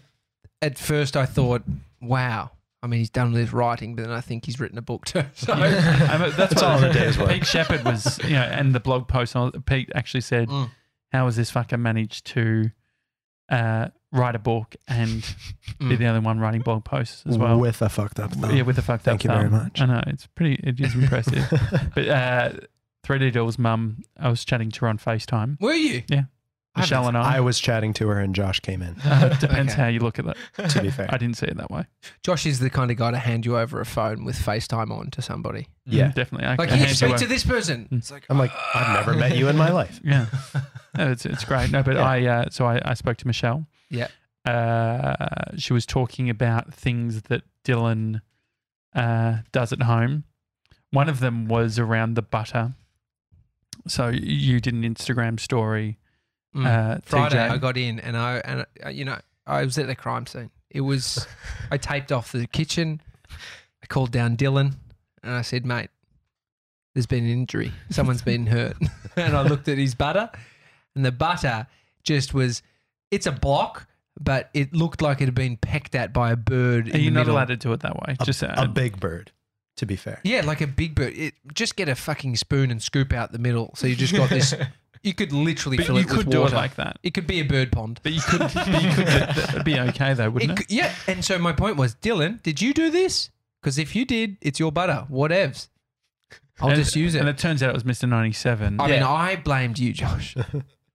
Speaker 2: at first I thought, wow. I mean, he's done all this writing, but then I think he's written a book too. So,
Speaker 1: I mean, that's
Speaker 3: It's
Speaker 1: what
Speaker 3: all in a day's work.
Speaker 1: Pete Shepard was, you know, and the blog post. and all- Pete actually said,
Speaker 2: Mm.
Speaker 1: "How has this fucker managed to uh, write a book and be
Speaker 2: Mm.
Speaker 1: the only one writing blog posts as well?"
Speaker 3: With a fucked up thumb.
Speaker 1: yeah, with a fucked
Speaker 3: Thank
Speaker 1: up
Speaker 3: you very
Speaker 1: thumb.
Speaker 3: much.
Speaker 1: I know it's pretty. It is impressive. but uh, 3D Doll's mum, I was chatting to her on FaceTime.
Speaker 2: were you?
Speaker 1: Yeah.
Speaker 2: I
Speaker 1: Michelle
Speaker 2: haven't-
Speaker 1: and I.
Speaker 3: I was chatting to her and Josh came in.
Speaker 1: Uh, depends
Speaker 2: Okay.
Speaker 1: how you look at that.
Speaker 3: To be fair,
Speaker 1: I didn't see it that way.
Speaker 2: Josh is the kind of guy to hand you over a phone with FaceTime on to somebody.
Speaker 3: yeah,
Speaker 1: Mm, definitely. I
Speaker 2: Like,
Speaker 1: can
Speaker 2: you
Speaker 1: hand
Speaker 2: speak
Speaker 1: a-
Speaker 2: to this person.
Speaker 1: Mm.
Speaker 2: It's like,
Speaker 3: I'm like, I've never met you in my life.
Speaker 1: Yeah, no, it's it's great. No, but
Speaker 3: Yeah.
Speaker 1: I uh, so I, I spoke to Michelle.
Speaker 2: Yeah.
Speaker 1: Uh, she was talking about things that Dylan uh, does at home. One of them was around the butter. So you did an Instagram story.
Speaker 2: mm.
Speaker 1: Uh, to
Speaker 2: Friday,
Speaker 1: Jan.
Speaker 2: I got in and I, and uh, you know, I was at the crime scene. It was, I taped off the kitchen. I called down Dylan and I said, mate, there's been an injury. Someone's been hurt. and I looked at his butter and the butter just was, it's a block, but it looked like it had been pecked at by a bird.
Speaker 1: Are
Speaker 2: in
Speaker 1: you
Speaker 2: the
Speaker 1: not
Speaker 2: middle.
Speaker 1: allowed to do it that way?
Speaker 3: A,
Speaker 1: Just uh,
Speaker 3: a big bird, to be fair.
Speaker 2: Yeah, like a big bird. It, just get a fucking spoon and scoop out the middle. So you just got this. you could literally
Speaker 1: But
Speaker 2: fill
Speaker 1: you
Speaker 2: it with
Speaker 1: could do
Speaker 2: water.
Speaker 1: it like that.
Speaker 2: it could be a bird pond.
Speaker 1: But you could. but you could it'd be okay though, wouldn't it?
Speaker 2: It cou- Yeah. And so my point was, Dylan, did you do this? Because if you did, it's your butter. Whatevs. I'll
Speaker 1: And-
Speaker 2: just use it.
Speaker 1: And it turns out it was Mr. 97.
Speaker 2: I mean,
Speaker 4: Yeah.
Speaker 2: I blamed you, Josh.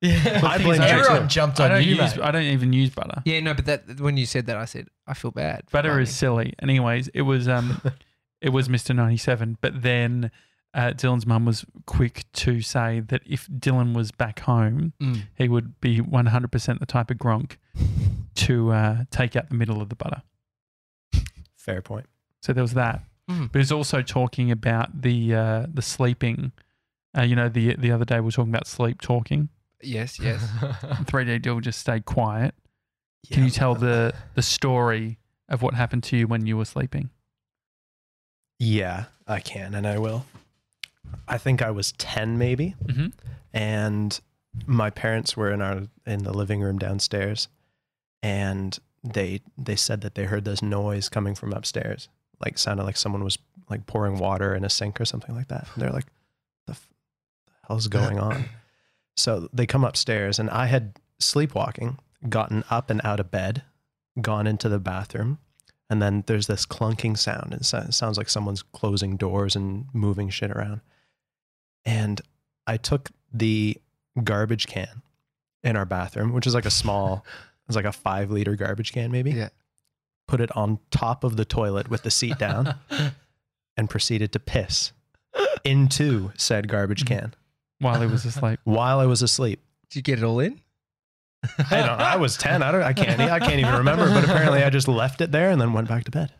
Speaker 1: I blame you
Speaker 4: Everyone
Speaker 1: too.
Speaker 4: jumped
Speaker 1: I
Speaker 4: on
Speaker 1: don't
Speaker 4: you,
Speaker 1: use.
Speaker 4: mate.
Speaker 1: I don't even use butter.
Speaker 2: yeah, no, but that when you said that, I said I feel bad. for
Speaker 1: Butter is
Speaker 2: blaming.
Speaker 1: silly. Anyways, it was um, it was Mr. 97. But then uh, Dylan's mum was quick to say that if Dylan was back home,
Speaker 2: Mm.
Speaker 1: he would be 100% the type of gronk to uh, take out the middle of the butter.
Speaker 3: Fair point.
Speaker 1: So there was that.
Speaker 2: Mm.
Speaker 1: But it's also talking about the uh, the sleeping. Uh, you know, the the other day we were talking about sleep talking.
Speaker 2: Yes, yes.
Speaker 1: 3D Dill just stayed quiet. Can you tell the the story of what happened to you when you were sleeping?
Speaker 3: Yeah, I can and I will. I think I was 10 maybe.
Speaker 1: Mm-hmm.
Speaker 3: and my parents were in our in the living room downstairs and they they said that they heard this noise coming from upstairs like sounded like someone was like pouring water in a sink or something like that and they're like the, f- the hell's going on so they come upstairs and i had sleepwalking gotten up and out of bed gone into the bathroom and then there's this clunking sound and so- it sounds like someone's closing doors and moving shit around and I took the garbage can in our bathroom, which is like a small, it's like a five liter garbage can maybe.
Speaker 2: Yeah.
Speaker 3: Put it on top of the toilet with the seat down and proceeded to piss into said garbage can
Speaker 1: While he was asleep.
Speaker 3: while I was asleep.
Speaker 2: Did you get it all in?
Speaker 3: I don't. I was ten. I don't. I can't. I can't even remember. But apparently, I just left it there and then went back to bed.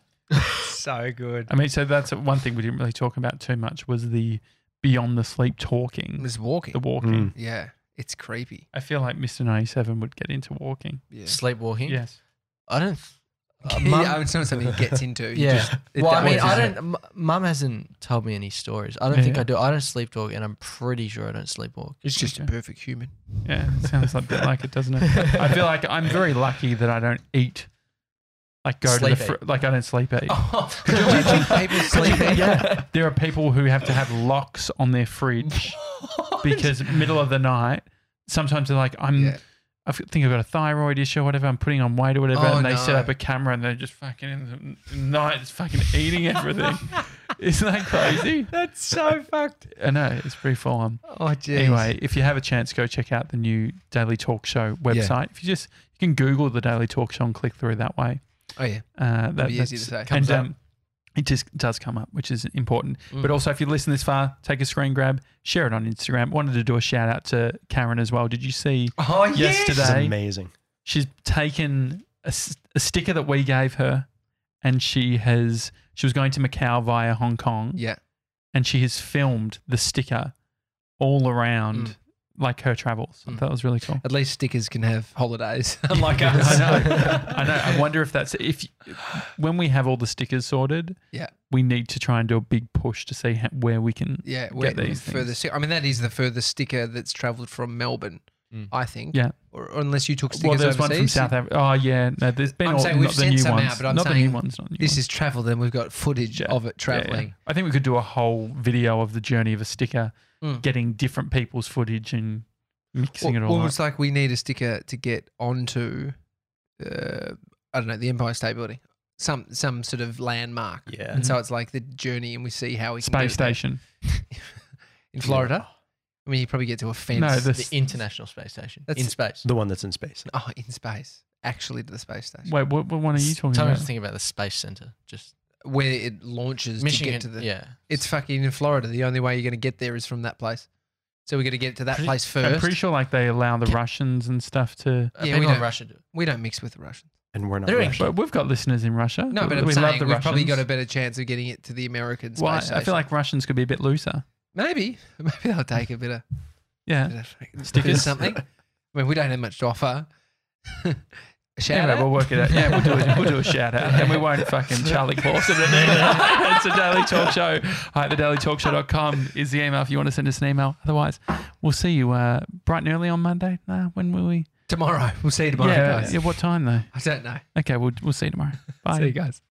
Speaker 2: So good.
Speaker 1: I mean, so that's one thing we didn't really talk about too much was the beyond the sleep
Speaker 2: It
Speaker 1: talking,
Speaker 2: was walking.
Speaker 1: the walking.
Speaker 2: yeah, it's creepy.
Speaker 1: I feel like Mr. 97 would get into walking.
Speaker 2: Yeah.
Speaker 4: Sleepwalking?
Speaker 1: Yes.
Speaker 4: I don't. Uh,
Speaker 2: Yeah, I mean, it's not something he gets into. You
Speaker 4: Yeah.
Speaker 2: just- it-
Speaker 4: well, I
Speaker 2: that
Speaker 4: mean,
Speaker 2: was
Speaker 4: I
Speaker 2: his-
Speaker 4: don't. m- Mum hasn't told me any stories. I don't think
Speaker 1: Yeah.
Speaker 4: I do. I don't sleepwalk, and I'm pretty sure I don't sleepwalk.
Speaker 2: It's just a
Speaker 1: Okay.
Speaker 2: perfect human.
Speaker 1: Yeah. It sounds a bit like it, doesn't it? I feel like I'm very lucky that I don't eat. Like go
Speaker 4: Sleep
Speaker 1: to the fr- like I don't sleep eat.
Speaker 2: Could you imagine people sleeping?
Speaker 1: Yeah, there are people who have to have locks on their fridge because middle of the night. Sometimes they're like, I'm
Speaker 2: Yeah.
Speaker 1: I f- think I've got a thyroid issue or whatever. I'm putting on weight or whatever,
Speaker 2: Oh,
Speaker 1: and they set
Speaker 2: no.
Speaker 1: up a camera and they're just fucking in the n- night, just fucking eating everything. Isn't that crazy?
Speaker 2: That's so fucked.
Speaker 1: I know it's pretty full on.
Speaker 2: Oh, jeez.
Speaker 1: Anyway, if you have a chance, go check out the new Daily Talk Show website. If you just you can Google the Daily Talk Show and click through that way.
Speaker 2: Oh, yeah.
Speaker 1: Uh, that,
Speaker 2: be easy to
Speaker 1: that's-
Speaker 2: say.
Speaker 1: And
Speaker 2: Comes up.
Speaker 1: um, it just does come up, which is important.
Speaker 2: Mm.
Speaker 1: But also, if you listen this far, take a screen grab, share it on Instagram. Wanted to do a shout out to Karen as well. Did you see
Speaker 2: Oh, yes.
Speaker 1: yesterday?
Speaker 3: It's amazing.
Speaker 1: she's taken a, s- a sticker that we gave her and she has she was going to macau via hong kong
Speaker 2: Yeah.
Speaker 1: and she has filmed the sticker all around
Speaker 2: Mm.
Speaker 1: like her travels I
Speaker 2: Mm.
Speaker 1: thought that was really cool
Speaker 2: At least stickers can have holidays, unlike
Speaker 1: I
Speaker 2: us.
Speaker 1: know. I know. I wonder if that's if when we have all the stickers sorted.
Speaker 2: Yeah.
Speaker 1: we need to try and do a big push to see how, where we can.
Speaker 2: Yeah, where
Speaker 1: these
Speaker 2: further.
Speaker 1: things.
Speaker 2: sti- I mean, that is the furthest sticker that's travelled from Melbourne,
Speaker 4: Mm.
Speaker 2: I think.
Speaker 1: Yeah.
Speaker 2: Or, or unless you took stickers
Speaker 1: Well, there's one
Speaker 2: overseas.
Speaker 1: from South Africa. Oh yeah, no, there's been
Speaker 2: I'm
Speaker 1: all,
Speaker 2: saying
Speaker 1: not
Speaker 2: we've
Speaker 1: the
Speaker 2: sent
Speaker 1: new
Speaker 2: some
Speaker 1: ones,
Speaker 2: out, but I'm
Speaker 1: not the new
Speaker 2: saying
Speaker 1: ones, not the new
Speaker 2: This
Speaker 1: ones.
Speaker 2: is travelled, and we've got footage
Speaker 1: Yeah.
Speaker 2: of it
Speaker 1: Yeah, yeah.
Speaker 2: travelling.
Speaker 1: I think we could do a whole video of the journey of a sticker,
Speaker 2: Mm.
Speaker 1: getting different people's footage and mixing
Speaker 2: Al-
Speaker 1: it all up.
Speaker 2: Almost like we need a sticker to get onto, uh, I don't know, the Empire State Building, some some sort of landmark.
Speaker 3: Yeah.
Speaker 2: And so it's like the journey, and we see how we can
Speaker 1: Space
Speaker 2: get it there.
Speaker 1: Station.
Speaker 2: in Florida. I mean, you probably get to a fence.
Speaker 1: No,
Speaker 4: The
Speaker 1: the, s-
Speaker 4: International Space Station
Speaker 2: That's-
Speaker 4: in space.
Speaker 3: The one that's in space.
Speaker 2: oh, in space, actually, to the space station
Speaker 1: wait, what, what one are you talking
Speaker 4: Tell me
Speaker 1: about?
Speaker 4: to think about the space center. Just
Speaker 2: where it launches
Speaker 4: Michigan.
Speaker 2: to get to the.
Speaker 4: yeah,
Speaker 2: It's fucking in Florida. The only way you're going to get there is from that place. So we're going to get to that
Speaker 4: Pretty-
Speaker 2: place
Speaker 1: I'm
Speaker 2: first.
Speaker 1: pretty sure like they allow the
Speaker 4: Ca-
Speaker 1: Russians and stuff to.
Speaker 4: Uh,
Speaker 2: Yeah,
Speaker 4: people
Speaker 2: we
Speaker 4: in
Speaker 2: don't-
Speaker 4: Russia do. it.
Speaker 2: We don't mix with the Russians.
Speaker 3: And we're not.
Speaker 4: They're in-
Speaker 3: Russian.
Speaker 1: But we've got listeners in Russia.
Speaker 2: No, but I'm
Speaker 1: we
Speaker 2: saying
Speaker 1: love
Speaker 2: we've
Speaker 1: the
Speaker 2: probably got a
Speaker 1: Russians.
Speaker 2: better chance of getting it to the American space
Speaker 1: Well, I,
Speaker 2: station.
Speaker 1: I feel like Russians could be a bit looser.
Speaker 2: maybe, maybe they'll take a bit of,
Speaker 1: Yeah.
Speaker 2: bit of fucking-
Speaker 1: Stickers.
Speaker 2: something. I mean, we don't have much to offer. Shout
Speaker 1: Anyway,
Speaker 2: out.
Speaker 1: we'll work it out. Yeah, we'll do a, we'll do a shout out, and we won't fucking Charlie Clausen it either. it's a Daily Talk Show. Hi, thedailytalkshow.com is the email if you want to send us an email. Otherwise, we'll see you uh, bright and early on Monday. Nah, when will we?
Speaker 2: Tomorrow. We'll see you tomorrow,
Speaker 1: yeah,
Speaker 2: guys.
Speaker 1: yeah. What time though?
Speaker 2: I don't know.
Speaker 1: Okay, we'll we'll see you tomorrow. Bye.
Speaker 2: See you guys.